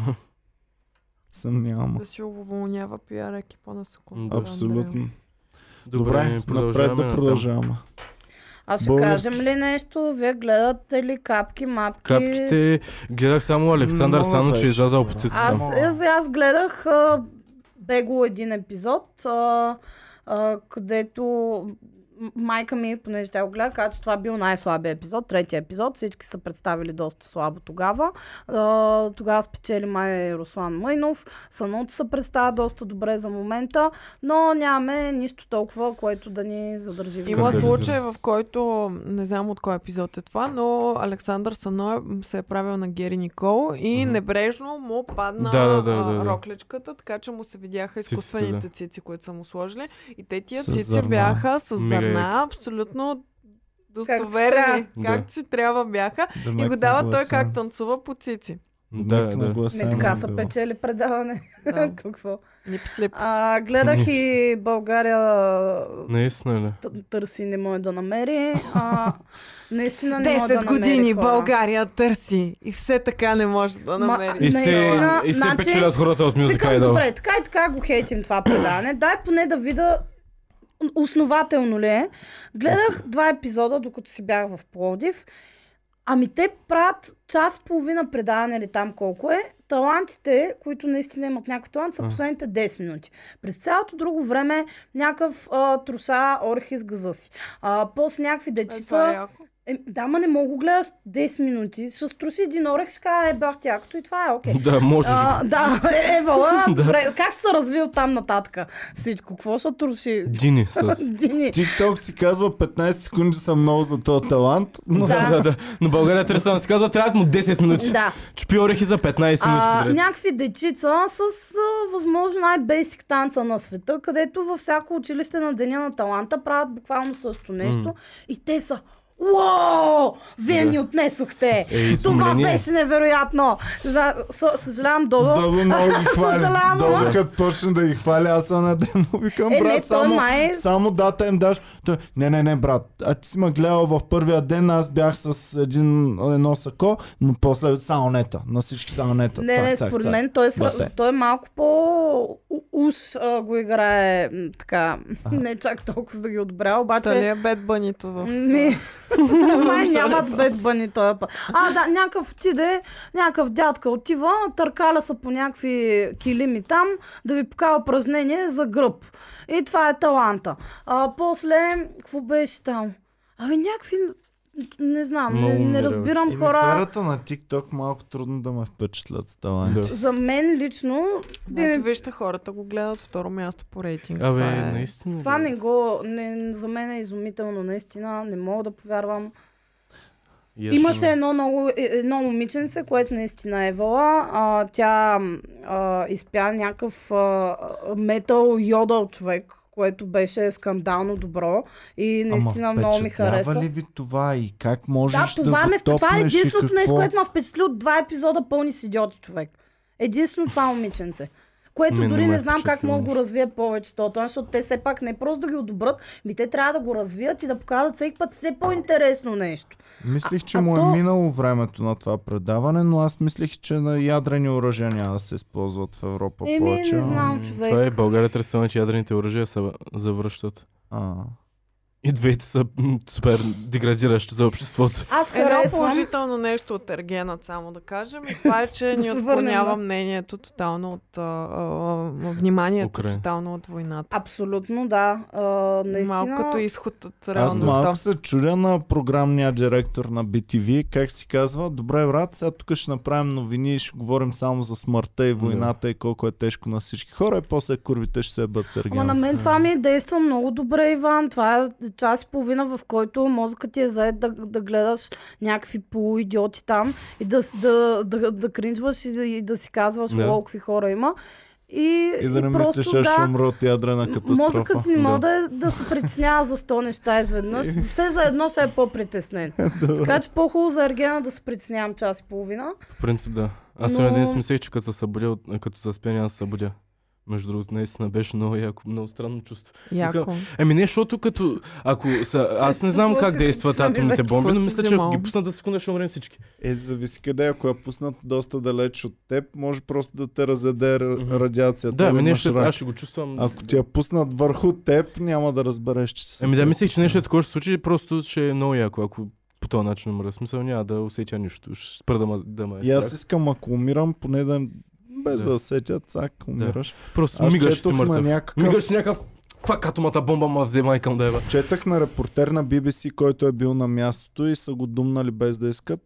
Съмнявам. да си уволнява пиар екипа на секунда. Да, Абсолютно. Добре, Добре, напред продължаваме да натам. продължаваме. А ще Български. кажем ли нещо? Вие гледате ли капки, мапки? Капките, гледах само Александър Не мога Сано, че е вече, излязал бе. птица. Аз, само. аз, аз гледах а, бегло един епизод, а, а, където м- майка ми, понеже тя го гледа, каза, че това бил най-слабия епизод, третия епизод. Всички са представили доста слабо тогава. А, тогава спечели май Руслан Мъйнов. Саното се представя доста добре за момента, но нямаме нищо толкова, което да ни задържи. Има Скандализира. случай, в който, не знам от кой епизод е това, но Александър Сано е- се е правил на Гери Никол и Мгм. небрежно му падна Да, да, да, а, да, да. рокличката, така че му се видяха Циците, изкуствените да. цици, които са му сложили. И те тия С цици зърна. бяха с Мега зърна, абсолютно си достоверни, трябва. както си трябва бяха. Да е И го дава той как танцува по цици. Да, Мъкна да. гласа, е. Не така ама са било. печели предаване. Да. Какво? Не пслеп. А, гледах и България Наистина е, ли? т- търси, не може да намери. А, наистина не може да 10 намери години хора. България търси и все така не може да Ма, намери. И се, Наистина, и се значи- печелят хората от мюзика Викам, е Idol. добре, така и така го хейтим това предаване. Дай поне да видя основателно ли е. Гледах два епизода, докато си бях в Пловдив. Ами те правят час и половина предаване или там колко е. Талантите, които наистина имат някакъв талант, са А. последните 10 минути. През цялото друго време някакъв а, труса орхи с газа си. А, после някакви дечица. Е, да, ма не мога го гледаш 10 минути. Ще струши един орех, ще кажа, е, бах тякото и това е окей. Да, можеш. А, да, е, Евала, Да. добре, как ще се развие от там нататък всичко? Какво ще турши? Дини с... Дини. TikTok си казва 15 секунди са много за този талант, но Да. Да, да, да. Но България трябва да се казва, трябват му 10 минути. Да. Чупи орехи за 15 минути. А, подред. някакви дечица с а, възможно най-бейсик танца на света, където във всяко училище на Деня на таланта правят буквално също нещо. М. И те са Уау! Вие Да. ни отнесохте! Е, Това изумление. беше невероятно! За, съ- съжалявам, Додо. Додо много ги хвали. Съжалявам, ама- Додо като почне да ги хвали, аз се надем му викам, Е, не, брат, той само, май- само дата им даш. Той, не, не, не, брат, а ти си ме гледал в първия ден, аз бях с един, едно сако, но после саунета, на всички саунета. Не, не, Цак, цак, според цак. мен той, сра... е Бате. той е малко по... у- Уж а, го играе м, така, не чак толкова за да ги одобрява, обаче... Дали е бед бънито в... Ми, май Ами, нямат бед бъни този път. А, да, някакъв отиде, някакъв дядка отива, търкаля са по някакви килими там, да ви покажа упражнение за гръб. И това е таланта. А, после, какво беше там? Ами някакви, не знам, не, Много не умират. разбирам Еми, хора. Хората на TikTok малко трудно да ме впечатлят с таланти. Да. За мен лично би ми Ето вижте, хората го гледат второ място по рейтинг. Абе, Това е... наистина. Това бе. не го... Не, за мен е изумително, наистина. Не мога да повярвам. Ясно. Имаше едно, много, е- едно момиченце, което наистина е вала. А, тя м, а, изпя някакъв а, а, метал йодъл човек, което беше скандално добро и наистина Ама много ми впечатлява хареса. ли ви това и как можеш Да, да, това, го ме, това е топнеш и единственото нещо, какво? което ме впечатли от два епизода пълни с идиоти човек. Единствено това момиченце. Което Ами, Мен не дори ме не, е знам как впечатлило мога да го развие повече то, защото те все пак не просто да ги одобрят, ми те трябва да го развият и да показват всеки път все по-интересно нещо. Мислих, че а му е то- минало времето на това предаване, но аз мислих, че на ядрени оръжия няма да се използват в Европа Еми, повече. не знам, М, Това е човек. България трябва да че ядрените оръжия се завръщат. А, И двете са м, супер деградиращи за обществото. Аз Едно харесвам. положително нещо от Ергенът, само да кажем, и това е, че Да ни се върнем отклонява на- мнението тотално от а, а, а, вниманието Украина. тотално от войната. Абсолютно, да. А, наистина. Малко като изход от аз малко реалността. се чудя на програмния директор на BTV, как си казва, добре брат, сега тук ще направим новини и ще говорим само за смъртта и войната и колко е тежко на всички хора и после курвите ще се ебат Ама на Сергей. мен това ми е действа много добре, Иван. Това е час и половина, в който мозъкът ти е заед да, да гледаш някакви полуидиоти там и да, с- да, да, да кринжваш и да, и да си казваш Да. колко какви хора има. И, И да не просто, мислиш, аз ще да, умра от ядрена мозъкът катастрофа. ти не може да, е- да се притеснява за 100 неща изведнъж. Все за едно ще е по-притеснен. така че по-хубаво за Ергена да се притеснявам час и половина. По принцип, да. Аз Но- но... един си мислех, че като се събудя, от- като се спя, няма да се събудя. Между другото, наистина беше много яко, много странно чувство. Яко. Еми не, защото като... Ако са, аз не знам какво как си действат записали атомните вече? бомби, но Какво си мисля, че вземал? ако ги пуснат да секунда, ще умрем всички. Е, зависи къде, ако я пуснат доста далеч от теб, може просто да те разяде Мгм. р- радиацията. Да, да ами не, имаш ще, рак. аз ще го чувствам. Ако ти я пуснат върху теб, няма да разбереш, че си. Еми Ами да мислих, че нещо е такова ще се случи, просто ще е много яко, ако по този начин умра. Смисъл няма да усетя нищо. Ще спра да ма, да ма е И аз страх. искам, ако умирам, поне да... Без да, Да. да сетя, цак, умираш. Просто Аз мигаш си четох на мъртъв. някакъв- Мигаш си някакъв... Фак, атомата бомба ма взема и към да ева. Четах на репортер на BBC, който е бил на мястото и са го думнали без да искат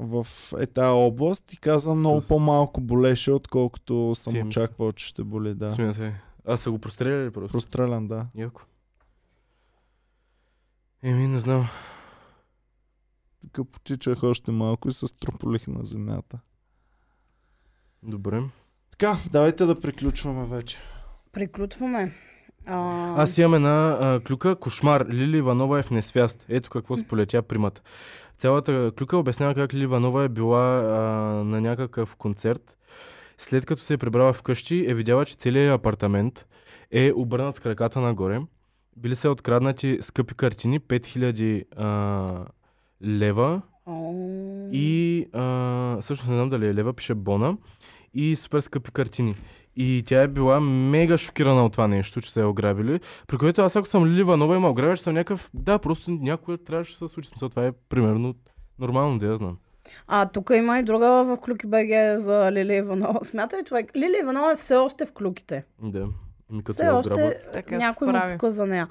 в е тая област и каза много С- по-малко болеше, отколкото съм Ти е мисля. е очаквал, че ще боли, да. Смятай. Аз са го простреляли просто. Прострелян, да. Яко. Еми, не знам. Така потичах още малко и се строполих на земята. Добре. Така, давайте да приключваме вече. Приключваме. А, Аз имам една а, клюка. Кошмар. Лили Иванова е в несвяст. Ето какво сполетя примата. Цялата клюка обяснява как Ливанова е била а, на някакъв концерт. След като се е прибрала вкъщи, е видяла, че целият апартамент е обърнат с краката нагоре. Били са откраднати скъпи картини, 5000 а, лева и а, всъщност не знам дали е лева, пише Бона и супер скъпи картини. И тя е била мега шокирана от това нещо, че са я ограбили. При което аз ако съм Лили нова има ограбя, ще съм някакъв... Да, просто някой трябваше да се случи. В Смисъл, това е примерно нормално да я знам. А, тук има и друга в Клюки БГ за Лили Иванова. Смятай, човек, Лили Иванова е все още в клюките. Да. Ми като Все я още ограбят. Така се някой му прави. пука за нея.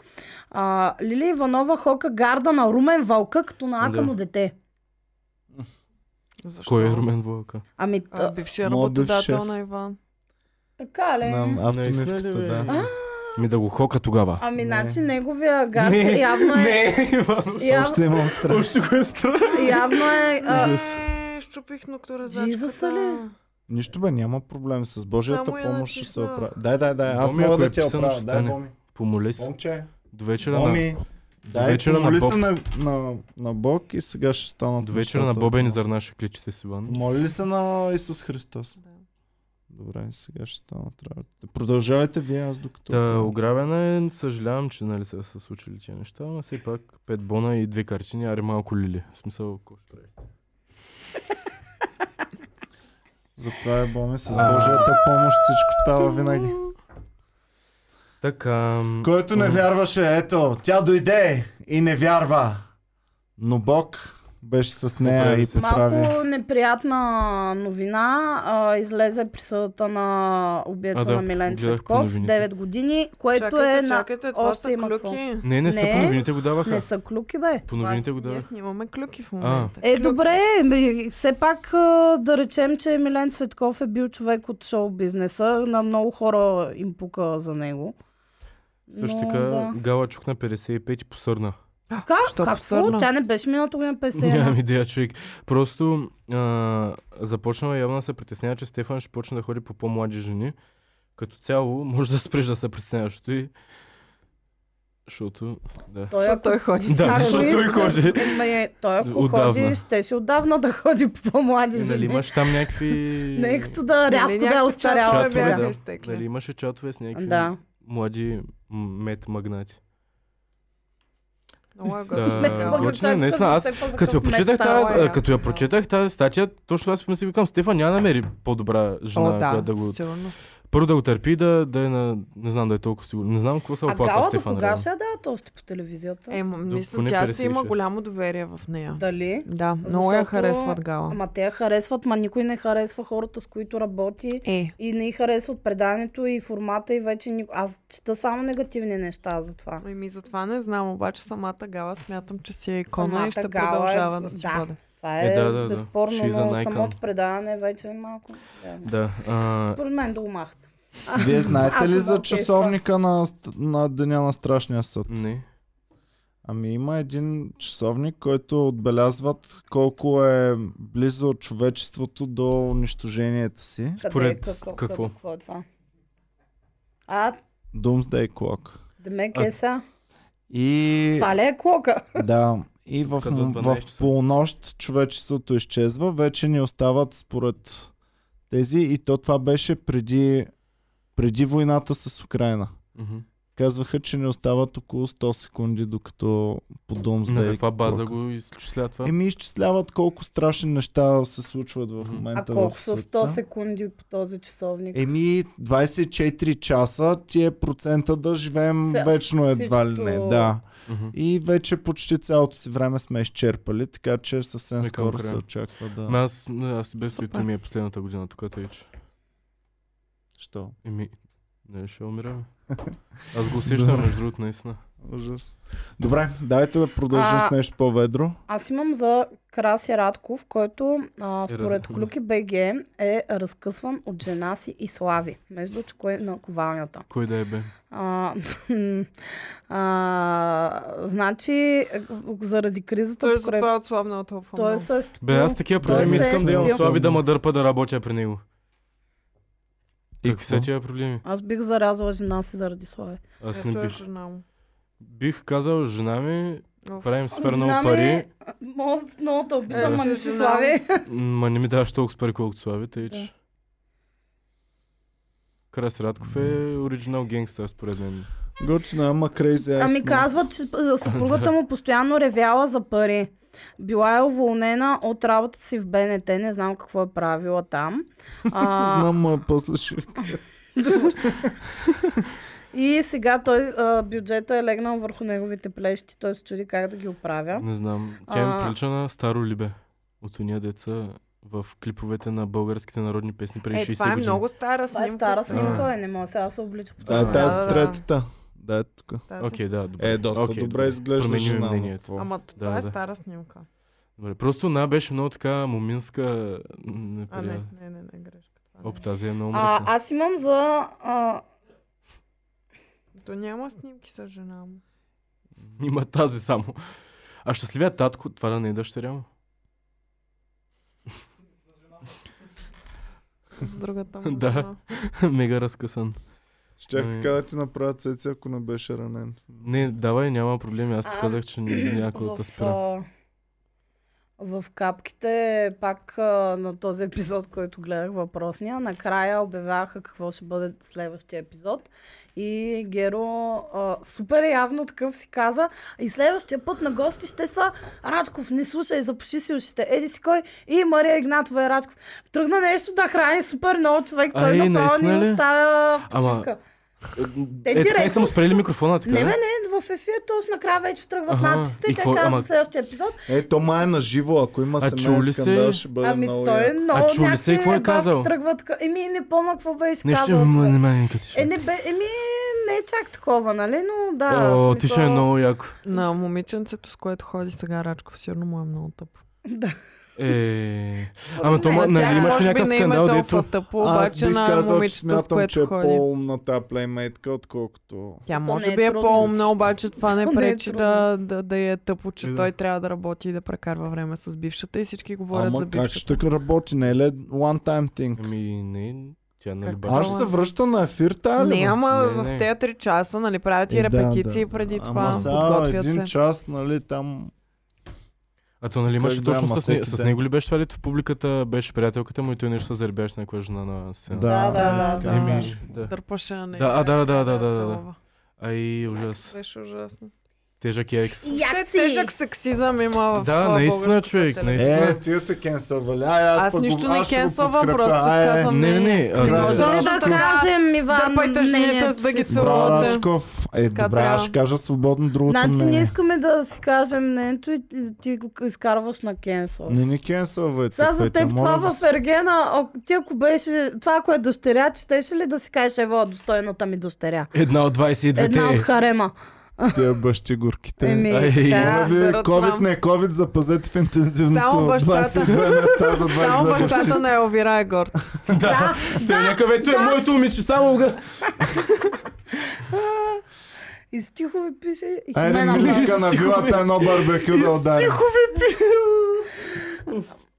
А, Лили Иванова хока гарда на Румен Вълка, като на акано Да. дете. Защо? Кой е Румен Вълка? Ами, А, а, бившия Моят бивш работодател шеф. на Иван. така ли? На Наистина ли, автомивката, бе? да. Ми да го хока тогава. Ами, Не. значи неговия гард Не, явно е... Не, Иван. Яв... Още имам страх. Още го е страх. Явно е... А... Е, щупих нокторезачката. Джизуса ли? Нищо бе, няма проблем. С Само Божията я помощ ще се натисна. оправя. Дай, дай, дай. Аз Боми, мога ако да е ти я писано, оправя. ще Дай, стане. Боми. Помоли се. Момче. До вечера на... Боми. Дай, вечера на помоли Бог. се на, на, на Бог и сега ще станат До вечера на нещата. Бобен и зърна ще кличите си, Иван. Моли ли се на Исус Христос? Добре, сега ще станат работите. Продължавайте вие, аз докато... Та, ограбена е, съжалявам, че нали са се случили тези неща, но все пак пет бона и две картини, аре малко лили. В смисъл, какво ще прави? Затова е Боми, с Божията помощ всичко става винаги. Така, м, Който не вярваше, ето, тя дойде и не вярва. Но Бог беше с нея Направи и се. поправи. Малко неприятна новина. А, излезе присъдата на убиеца А, да, на Милен гледах по Цветков. новините. 9 години, което е Чакайте, на... чакайте, това още са има какво. клюки. не, не са Не. по новините го даваха. Не са клюки, бе. По новините го Това- Ние даваха. снимаме клюки в момента. Е, Клюки. добре, ми, все пак а, да речем, че Милен Цветков е бил човек от шоу-бизнеса. На много хора им пука за него. Също Но, така, да. Гала чук на 55 и посърна. Е, Как? Що Какво? посърна? Тя не беше миналото година 51. Нямам идея, човек. Просто а, започнала явно да се притеснява, че Стефан ще почне да ходи по по-млади жени. Като цяло, може да спреш да се притесняваш. Той... Защото... Да. Той, Защото ако той ходи. Да, Ако защото той иска- ходи. Ме, е, той ако Отдавна. ходи, щеше отдавна да ходи по по-млади Е, нали жени. имаш там някакви... Не като да рязко да е някакви остаряла чатове чатове, сега. бяха да. изтекли. Нали имаше чатове с някакви Да. млади м- мед магнати. Много е Да, Ме това готино, готино. ме чака наистина, да аз се запозна Като я, с мен прочетах стала, тази, е. а, като я прочетах тази статия, точно аз си викам, Стефан няма да намери по-добра жена, О, да, която да го... със сигурност. Първо да го търпи, да, да е на... Не знам да е толкова сигурно. Не знам какво се А оплаква Гала до Стефан. кога реално. ще я дават още по телевизията? Е, м- мисля, поне тя си има 56. голямо доверие в нея. Дали? Да, много я Защото- харесват Гала. Ама те я харесват, ма никой не харесва хората, с които работи. Е, И не й харесват преданието и формата и вече никой... Аз чета само негативни неща за това. ами затова не знам, обаче самата Гала смятам, че си е икона и Самата ще Гала е- продължава да си да. бъде. Това е, Е, да, да, да. безспорно, Ще и за но Nike. самото предаване вече е малко... Да. Да. А, Според мен да го махат. Вие Аз знаете ли съм за окей с часовника на, ст- на Деня на Страшния съд? не. Ами има един часовник, който отбелязват колко е близо човечеството до унищожението си. Къде, Според какво, какво? какво е това? А, Doomsday Clock. Демек А- е сега. И... Това ли е клока? Да, и в, Като м- 12 в часа. полунощ човечеството изчезва, вече ни остават според тези и то това беше преди, преди войната с Украина. Мгм. Казваха, че ни остават около 100 секунди, докато по дом На каква база го изчисля това? Еми изчисляват колко страшни неща се случват в Мгм. момента А колко в са света. 100 секунди по този часовник? Еми 24 часа ти е процента да живеем С- вечно едва ли не. всичкото- Да. Мгм. И вече почти цялото си време сме изчерпали, така че съвсем Нека скоро края. се очаква да... Ма Ами Аз, аз без Супер. свито ми е последната година тук, тъй че. Що? Еми, не ще умираме. Аз го усещам, Да. между другото, наистина. Ужас. Добре, дайте да продължим А- с нещо по-ведро. Аз имам за Краси Радков, който а, според Радков, да. Клюки БГ е разкъсван от жена си и Слави, между чекое на ковалнята. Кой да е бе? А, а, значи, заради кризата, Той е покрай- затова отслабна от толкова той много. се е Бе, аз такива Той проблеми се е искам да имам бил- слави да ма дърпа да работя при него. И Какви са какво? тия проблеми? Аз бих зарязала жена си заради Слави. Аз Ето не е бих. жена му. Бих казал, жена ми, Оф. правим супер много Жена ми- е. пари, Мога много те обичам, Да. ма не Жена. си слави. ма не ми даваш толкова пари, колкото слави, тъй че... Крас Радков е оригинал генгстър, според мен. Готина, ама крейзи. Ами казват, че а, съпругата му постоянно ревяла за пари. Била е уволнена от работата си в БНТ, не знам какво е правила там. А, Знам, а после ще ви И сега той а, бюджета е легнал върху неговите плещи. Той се чуди как да ги оправя. Не знам. Тя им А. прилича на Старо Либе. От уния деца в клиповете на българските народни песни преди Е, 60 това е години. много стара Това е снимка. стара сега. снимка, е, не мога сега да се облича по Да, това. е тази да, да. третата. Да, е тук. Тази- Окей, да, добре. Е, доста Окей, добре изглежда Промени ми жена. но мнението. какво? Ама това е да. стара снимка. Добре, просто на беше много така моминска. Не, А, не, не, не, не, грешка. Това не Оп, тази е много мръсна. А, аз имам за... А, е. То няма снимки с жена му. Има тази само. А щастливия татко, това да не е дъщеря му. С другата му. Да. жена. Мега разкъсан. Щях Ами- така да ти направя цеци, ако не беше ранен. Не, давай, няма проблеми. Аз си А, казах, че някой да в, спира. а, в капките, пак а, на този епизод, който гледах въпросния, накрая обявяха какво ще бъде следващия епизод. И Геро а, супер явно такъв си каза. И следващия път на гости ще са Рачков, не слушай, запуши си ушите. Еди си кой? И Мария Игнатова е Рачков. Тръгна нещо да храни супер много човек. Той Ай, направо наистина ли? ни оставя Ама, почивка. Те Е, така и директно съм спрели са- микрофона, така Не, е ли? бе, не, в ефир точно накрая вече тръгват Аха, надписите и и те какво- казват ама- за следващия епизод. Е, то май е на живо, ако има А чу ли семейен скандал, се? ще бъде Ами много той е яко. много А чу ли се някакви какво е бабки казал? Тръгват, ка- еми, не помня какво беше Нещо казал. м- човек. не ме катиш. Е, не, бе, еми, не е чак такова, нали? Но да, О, смисъл... ти ще е много яко. На момиченцето, с което ходи сега Рачков, сигурно му е много тъпо. Да. Е. Ама мен то ма- Тя нали може имаше би някакъв не им е скандал, дето. толкова тъпо, Аз обаче бих на казал, че момичето, с смятам, че което е ходи. по-умна тази плеймейтка, отколкото... Тя не е може би е трудно. по-умна, обаче това не То не е пречи да, да, да я е тъпо, че Е, да. той трябва да работи и да прекарва време с бившата и всички говорят за Ама как бившата. ще работи, не е ли one time thing? Ами не, тя нали Как баш. Аз ще се връща на ефир, тая ли? бе? Не, ама Не, не. в тези три часа, нали, правят и Е, да, репетиции да. преди Ама това, сега подготвят един се. час, нали, там... А то нали имаше Как да, точно ама с, не, всеки с ден. него ли беше това лито в публиката, беше приятелката му и той нещо се заребяваше с някоя жена на сцена. Да, да, да, така да. е. Еми, да. Дърпаше на нея. Да, а, да, да, да, да, я да, да. целува. Ай, ужас. Беше ужасно. Тежък е екс. Те Як си! тежък сексизъм има в Да, а, наистина, българската човек, телевизия. наистина. Е, стига сте кенселвали. Ай, аз, Аз пък го- нищо не ще го кенсълвам, подкрепя. просто си Ай, е. казвам. Не, не, не. а, Красиво. Може ли Рачков. да кажем, Иван, Дърпайте жените, мнението за да ги си? Браво, Целувате. Рачков. Е, Така добре, аз трябва. ще кажа свободно другото Значи ние мнение. искаме да си кажем мнението и ти- ти го изкарваш на кенсъл. Не ни кенселвайте. Сега за Петя, теб моля това ви в се. Ергена, а, ти ако беше това, ако е дъщеря, ти щеше ли да си кажеш, ево, достойната ми дъщеря? Една от 22-те. Една от харема. Тия бащи горките. Еми, Ай, сега... Моля ви, да, COVID знам. не COVID, запазете в интензивното. Само бащата. 22 места за 22 Само бащи. бащата на Елвира е горд. Да, да, някакъв ето е моето момиче, само га. И стихове пише и Айде, мен ама. миличка на вилата едно барбекю да ударим.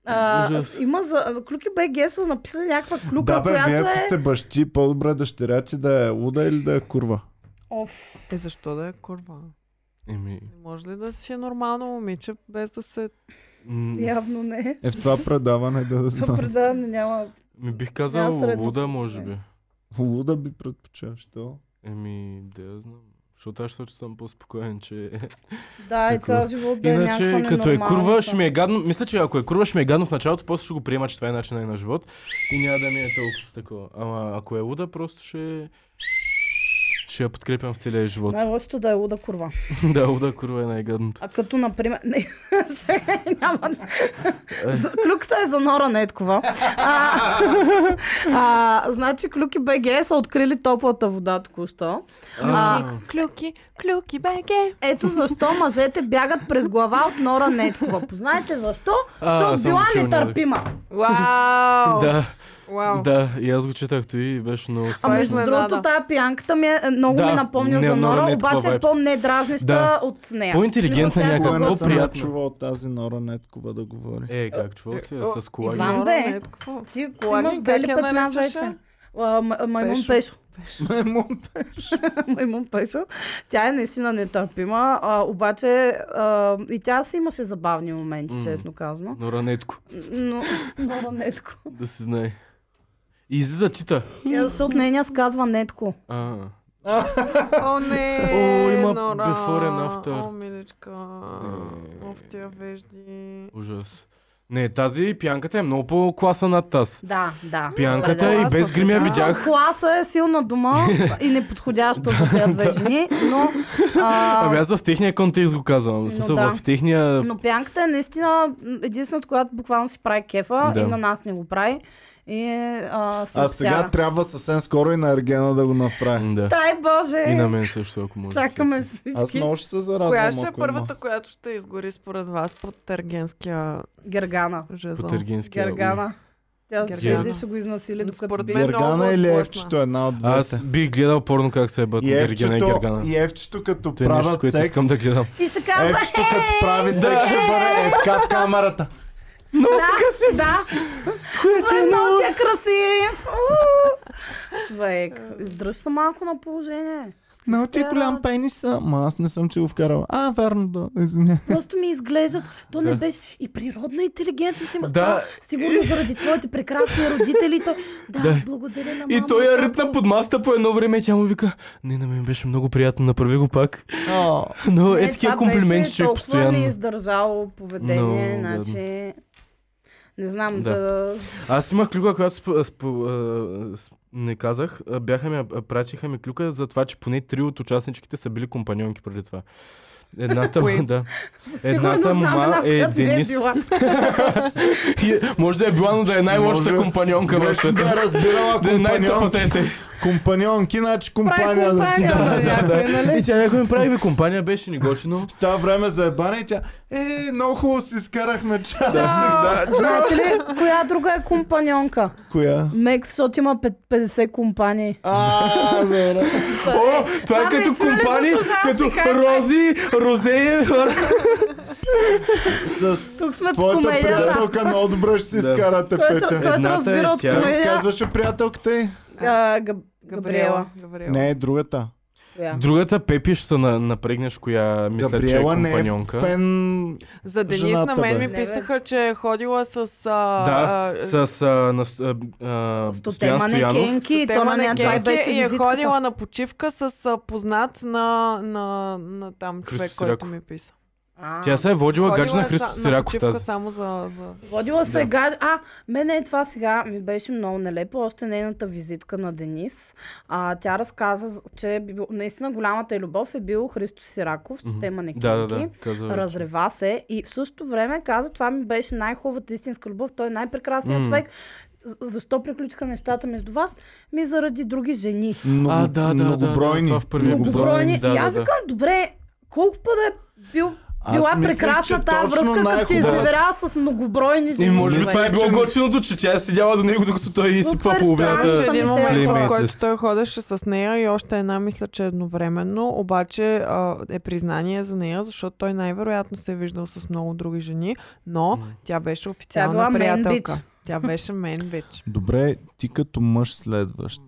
А, Ужас. Има за, за Клюки БГ са написали някаква клюка, Да бе, която вие ако е... сте бащи, по-добре дъщеря ти да е луда или да е курва. Оф. Е, защо да е курва? Еми, Не може ли да си е нормално момиче, без да се... м, Явно не. Е в това предаване да да Това знам. предаване няма... ми бих Няма казал средно. луда, може би. Луда би предпочел, що? Еми, да я знам. Защото аз също съм по-спокоен, че... Да, и Какво? цял живот да е някаква Иначе, като е ненормална. курва, ще ми е гадно. Мисля, че ако е курва, ще ми е гадно в началото, после ще го приема, че това е начинът на живот. И няма да ми е толкова такова. Ама ако е луда, просто ще... Ще я подкрепям в целия живот. Най-лошото да е луда курва. да, луда курва е най-гадното. А като, например... Не, чакай, няма... За- Клюката е за Нора Неткова. А, а, значи Клюки БГ са открили топлата вода току-що. А, Клюки, клюки, беге! Ето защо мъжете бягат през глава от Нора Неткова. Познайте защо? А, Защото само била чул някъде. нетърпима. Вау! Да, Вау! да, и аз го четах той и беше много А Това е странно. между изненада. другото, тая пиянката ми е, много Да, ми напомня не, за Нора Нора, Неткова обаче е вайбс. по-недразнища Да. от нея. По-интелигентна В смисъл, тя е някаква, Кога по-гост. не много съм приятно. чувал тази Нора Неткова да говори. Е, как чувал си, с колаги. Иван, Иван, бе. бе! Ти Кола имаш ли? бели Как я петна наричаше? вече. А, м- Маймун Пешо. Пешо. беше. Маймун Пешо. Маймун Пешо. Тя е наистина нетърпима, а, обаче а, и тя си имаше забавни моменти, М. честно казано. Но ранетко, Но много нетко. да се знае. И излиза чита. Е, Защото нейния се казва нетко. А, О, не! О, има Нора. before and after. О, миличка. Е. Оф, тия вежди. ужас. Не, тази пянката е много по-класа над таз. Да, да. Пянката Определено. и без гримя Да. видях. Класа е силна дума и неподходяща за тези две жени, но... А, Ами аз в техния контекст го казвам. В Но смисъл, да. в техния... Но пянката е наистина единствената, която буквално си прави кефа Да. и на нас не го прави. И а, се А сега обсяга. трябва съвсем скоро и на Ергена да го направи. Да. Дай И на Боже! мен също, ако може. Чакаме Аз всички. много ще се зарадвам, Коя ще е ако има. първата, която ще изгори според вас под търгенския Гергана. жезъл? Патергинския. Гергана. Тя ще Гергана. седи, ще го изнасили докато Според спи. мен- Гергана много или отблъсна. Евчето, е една от двете. Аз бих гледал порно как се е бъдат И Ергена и Евчето, Гергана. и Евчето като Той е нещо, правят което секс, искам да гледам. И ще казва, Евчето като прави секс, ще бъде е така в камерата. да, да. Той е много ти е красив. Уу! Човек, дръж се малко на положение. Но ти е Стара. голям пенис, ама аз не съм ти го вкарал. А, верно, да, извиня. Просто ми изглеждат. То не беше и природна интелигентност имаш. Да. Да. Сигурно заради твоите прекрасни родители. Той... Да, благодаря на мама. И той я татко. ритна под масата по едно време и тя му вика, не, на мен беше много приятно, направи го пак. О, Но Не, е такива това комплименти, беше че е толкова постоянно. неиздържало поведение, Много гадно. значи... Не знам да... Да. Аз имах клюка, която сп- сп- а, с- не казах. А, Бяха ми, а, прачиха ми клюка за това, че поне три от участничките са били компаньонки преди това. Едната, Кои? да. Сигурно Едната знам мума една, е която не е Денис. била. И Може да е била, но да е най-лошата Може- компаньонка в грешно да света. е разбирала Да е компаньон, най-тъпата е те. компаньонки, значи Прави компания. да ти- компания на някой, И нали? тя някой ми прави бе, компания, беше ни готино. Става време за ебане и тя, е, много хубаво си изкарахме час. Да, Знаете ли, коя друга е компаньонка? Коя? Мекс, защото има пет- 50 компании. А, добре. О, това е Това като наистина ли компании, заслужаваше като хай-фай? рози, розеи. С Тук сме в твоята комедия, да. приятелка много добре ще си Да. изкарате, Който, Петя. който Едната е разбира от тя. Как се комедия. казваше приятелката й? А, Габ- Габриела. Габриела. Не, другата. Коя? Другата Пепи ще се на- напрегнеш, коя мисля, че е Габриела не е компаньонка. фен За Денис Жената, на мен бе. ми Не, бе. писаха, че е ходила с... А, Да, а, с а, на, Ст- а, а, Стоян Стотема Стоянов. манекенки, то тема на нея това и Генки беше и е визитката. ходила на почивка с а, познат на, на, на там Христо човек, който Сираков. ми писа. А, Тя се е водила гадже Ходила на е Христо са- Сираков почивка тази. само за... за... Водила се гад... А, мене е това сега ми беше много нелепо. Още нейната визитка на Денис. А, тя разказа, з- че е бил... наистина голямата й любов е бил Христо Сираков, Мгм. тема на Да, да, да. каза вече. Разрева се и в същото време каза, това ми беше най-хубавата истинска любов, той е най-прекрасният М. човек. З- Защо приключиха нещата между вас? Ми заради други жени. много, А, да, да, да, многобройни. да, това в първия епизод. Многобройни. да, и да, аз да. викам, добре, колко път е бил, била мислех, прекрасна че точно тази връзка, като се най-хубавата- изневерява с многобройни жени. И може би Мисля, това е било че- готиното, че тя е седяла до него, докато той изсипа Супер Имаше половината. страшно. един самите момент, в елементи. който той ходеше с нея и още една, мисля, че едновременно, обаче а, е признание за нея, защото той най-вероятно се е виждал с много други жени, но М. тя беше официална била мен приятелка. бич. Тя беше мен бич. Добре, ти като мъж следващ.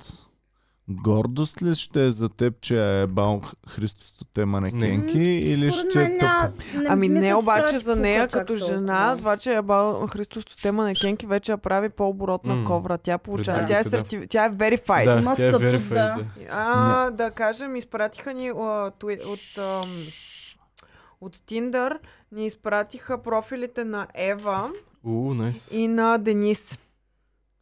Гордост ли ще е за теб, че е бал Христостите манекенки или Според ще е мен тъпо? няма- не- Ами мисля, не, че обаче трябва да за ти нея пука чак като толкова. жена, това, че е бал Христос тема на Кенки, вече я прави по-оборотна М. кова. Тя получава. Да. Тя е, Да. серти... тя е Да, verified. Има тя е статут, verified, да. да. А, да кажем, изпратиха ни а, туи, от, ам, от Tinder, ни изпратиха профилите на Ева У, найс. и на Денис.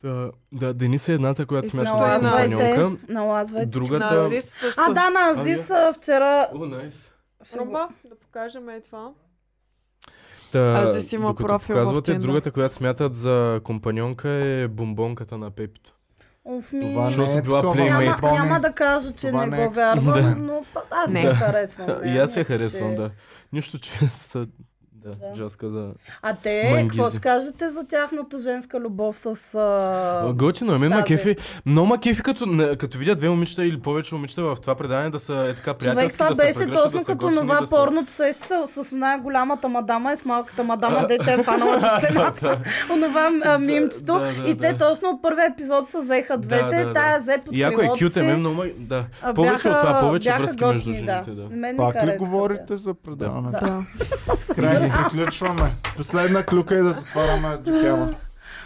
Да, Да, Денис е едната, която И смята се за налазвайте. компаньонка. Налазвайте. Налазвайте. На Другата... Азис също. А, да, на Азис, Азис а, вчера... О, найс. ще го- Руба, да покажем е това. Та, Азис има докато профил в показвате, Tinder. другата, която смятат за компаньонка е бомбонката на Пепито. Оф, ми... Това Защото не е била такова. Няма, плеймейт. Боми. няма да кажа, че Това не не е- го вярвам, Да. но пък аз Не. не. харесвам. И нея, аз я нищо, харесвам, че- да. Нищо, че са... Да, Джаз каза. А те, Мангизи. какво ще кажете за тяхната женска любов с... А... Готино, е, мен ма да, бе. кефи. Много ма кефи, като, на- като видя две момичета или повече момичета в това предаване да са е така Човек, приятелски, това да се беше прегръщат, точно да са като готини, това да са- порното, сеща се е с най-голямата мадама и с малката мадама, дете е фанала до стената. Онова а, мимчето. да, да, И те да. точно от първия епизод са взеха двете. да, Тая да. взе под И ако е крилото кют, е си. мен много... ма- Да. А, Повече от това, бяха- повече бяха връзки между готини, да. жените, да. Мен ми Пак ли харесва, говорите за предаването? Да. Край, приключваме. Последна клюка и да затваряме докяна.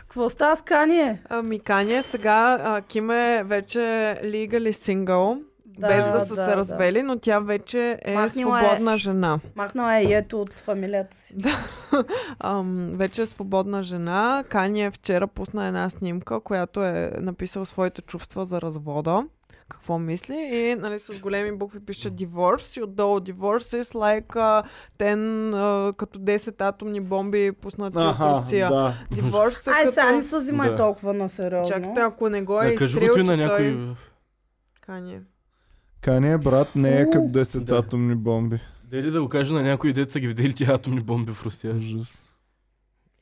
Какво става с Кание? Ами Кания сега, а, Ким е вече legally single, Да, без да са да, се да. развели, но тя вече е Махнила е- свободна жена. Махнала е и ето от фамилията си. Ам, вече е свободна жена. Кания вчера пусна една снимка, която е написал своите чувства за развода. Какво мисли? И нали, с големи букви пише Divorce и отдолу Divorce is like uh, 10, uh, като 10 атомни бомби пуснати от Аха, Русия. да. Divorce е Ай, като... сега не се взимай Да. толкова на сериозно. Чакайте, ако не го е Да, да, кажи го изтрил, ти че на някой... той... е. Кания. Кани, брат, не е Уу. като 10 Да. атомни бомби. Дали да го кажа на някой дет са ги видели тия атомни бомби в Русия. Ужас.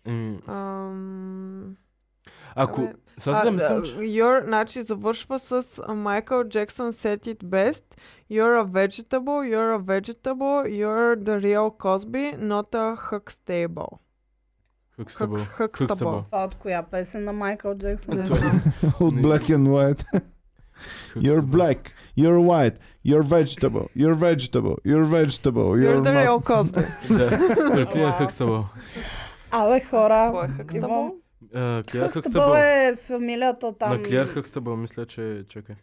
Еми, Ам... ако... Абе, Сега се а, замислям, да, че... Your, значи завършва с а, Michael Jackson said it best. You're a vegetable, you're a vegetable, you're the real Cosby, not a huckstable. Хъкстабъл. Хъкс- Хъкстабъл. Хъкстабъл. Това от коя песен на Майкъл Джексън? Не е? знам. От Не. black and white. You're Хъкстабъл. black, you're white, you're vegetable, you're vegetable, you're vegetable, you're, You're the not- real Cosby. Да, Клея е Уау. Хъкстабъл. Абе, хора. Кой е Иво, huckstable? А, Клея Хъкстъбъл Хъкстабъл. е фамилията там. На Клея Хъкстабъл, мисля, че... Чакай.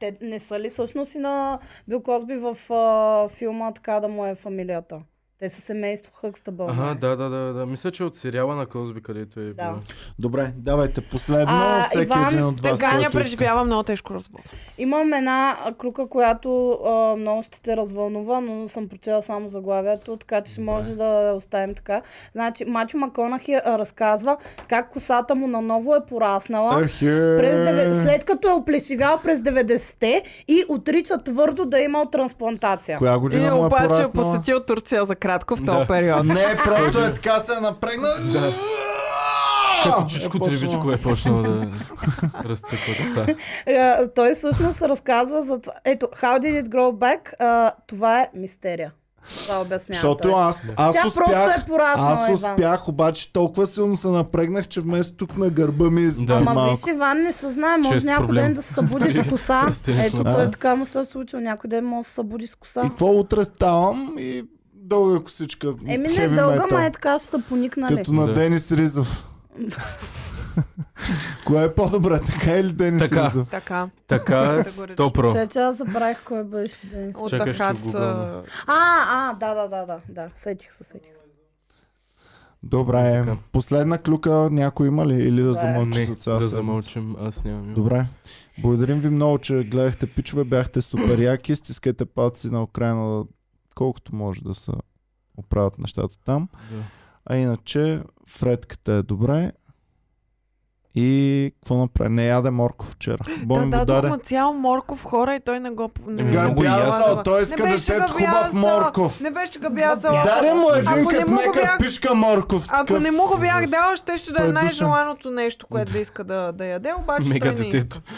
Те не са ли всъщност и на Бил Козби в а, филма така да му е фамилията? Те са семейство Хъкстъбъл. Ага, май. да, да, да, да. Мисля, че от сериала на Козби, където е Да. било. Добре, давайте последно. А, всеки Иван, един от вас. Ганя който иска. преживява много тежко развод. Имам една а, клюка, която а, много ще те развълнува, но съм прочела само заглавието, така че ще може да я оставим така. Значи, Матю Маконахи а, разказва как косата му наново е пораснала. Ехе. през деве- след като е оплешивял през 90-те и отрича твърдо да е имал трансплантация. Коя И година му е обаче е пораснала? посетил Турция за кратко в този Да. период. Не, просто е така се е напрегнал. Да. Като чичко почнал. Тревичко е почнал да разцъква коса. Е, Той всъщност разказва за това. Ето, How did it grow back? А, това е мистерия. Това обяснява Защото той. аз, аз Тя просто успях, е пораснала, аз Иван. успях, обаче толкова силно се напрегнах, че вместо тук на гърба ми изби Да. Ама малко. виж, Иван, не се знае, може Чест някой проблем. ден да се събудиш с коса. Растение Ето, на кое коса. така му се е случило, някой ден може да се събуди с коса. И какво утре ставам и дълга косичка. Еми не е heavy дълга, metal. ма е нали? така ще са поникнали. Като на Да. Денис Ризов. Кое е по-добре, така или Денис Така. Ризов? Така. Така, Категорично. стопро. Че, че аз забравих кой беше ден. От Чакай, ще Дахат, го гугълна. а, А, а, да, да, да, да, да. Сетих се, сетих се. Добре, Е, Така. последна клюка някой има ли? Или да Това е. замълчи Не, за цяла да седмица? замълчим, аз нямам. имам. Добре. Благодарим ви много, че гледахте пичове, бяхте супер яки, стискайте палци на Украина, колкото може да се оправят нещата там. Да. А иначе, фредката е добре. И какво направи? Не яде морков вчера. Бой да, му дадох даде. му цял морков хора и той не го... Ами, Не, Еми, не много го ясно. хвана. Той иска Не да беше се ед го хубав бязал. морков. Не беше го бязал. Даде му един Ако не като му го нека бях- пишка морков. Ако такъв. не му го бях дала, ще ще да е Той е душен. най-желаното нещо, което да иска да, да яде, обаче Мега той не детето. иска.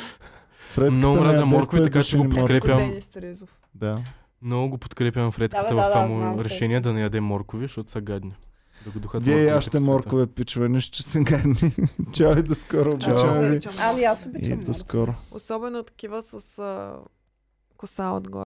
Фредката Много не мразя яде моркови, с така че петушини го моркови. подкрепям. Денис Терезов. Да. Много го подкрепям Да, Фредката бе, в да, това да, знам, му сещам решение да се. не яде моркови, защото са гадни. Да го духат Вие морковите ящите по света. моркове, пичове, нищо, че се гадни. Чао и до скоро. Чао. Обичаме ви. Обичам. Ами аз И обичам. до скоро. Особено такива с а, коса отгоре.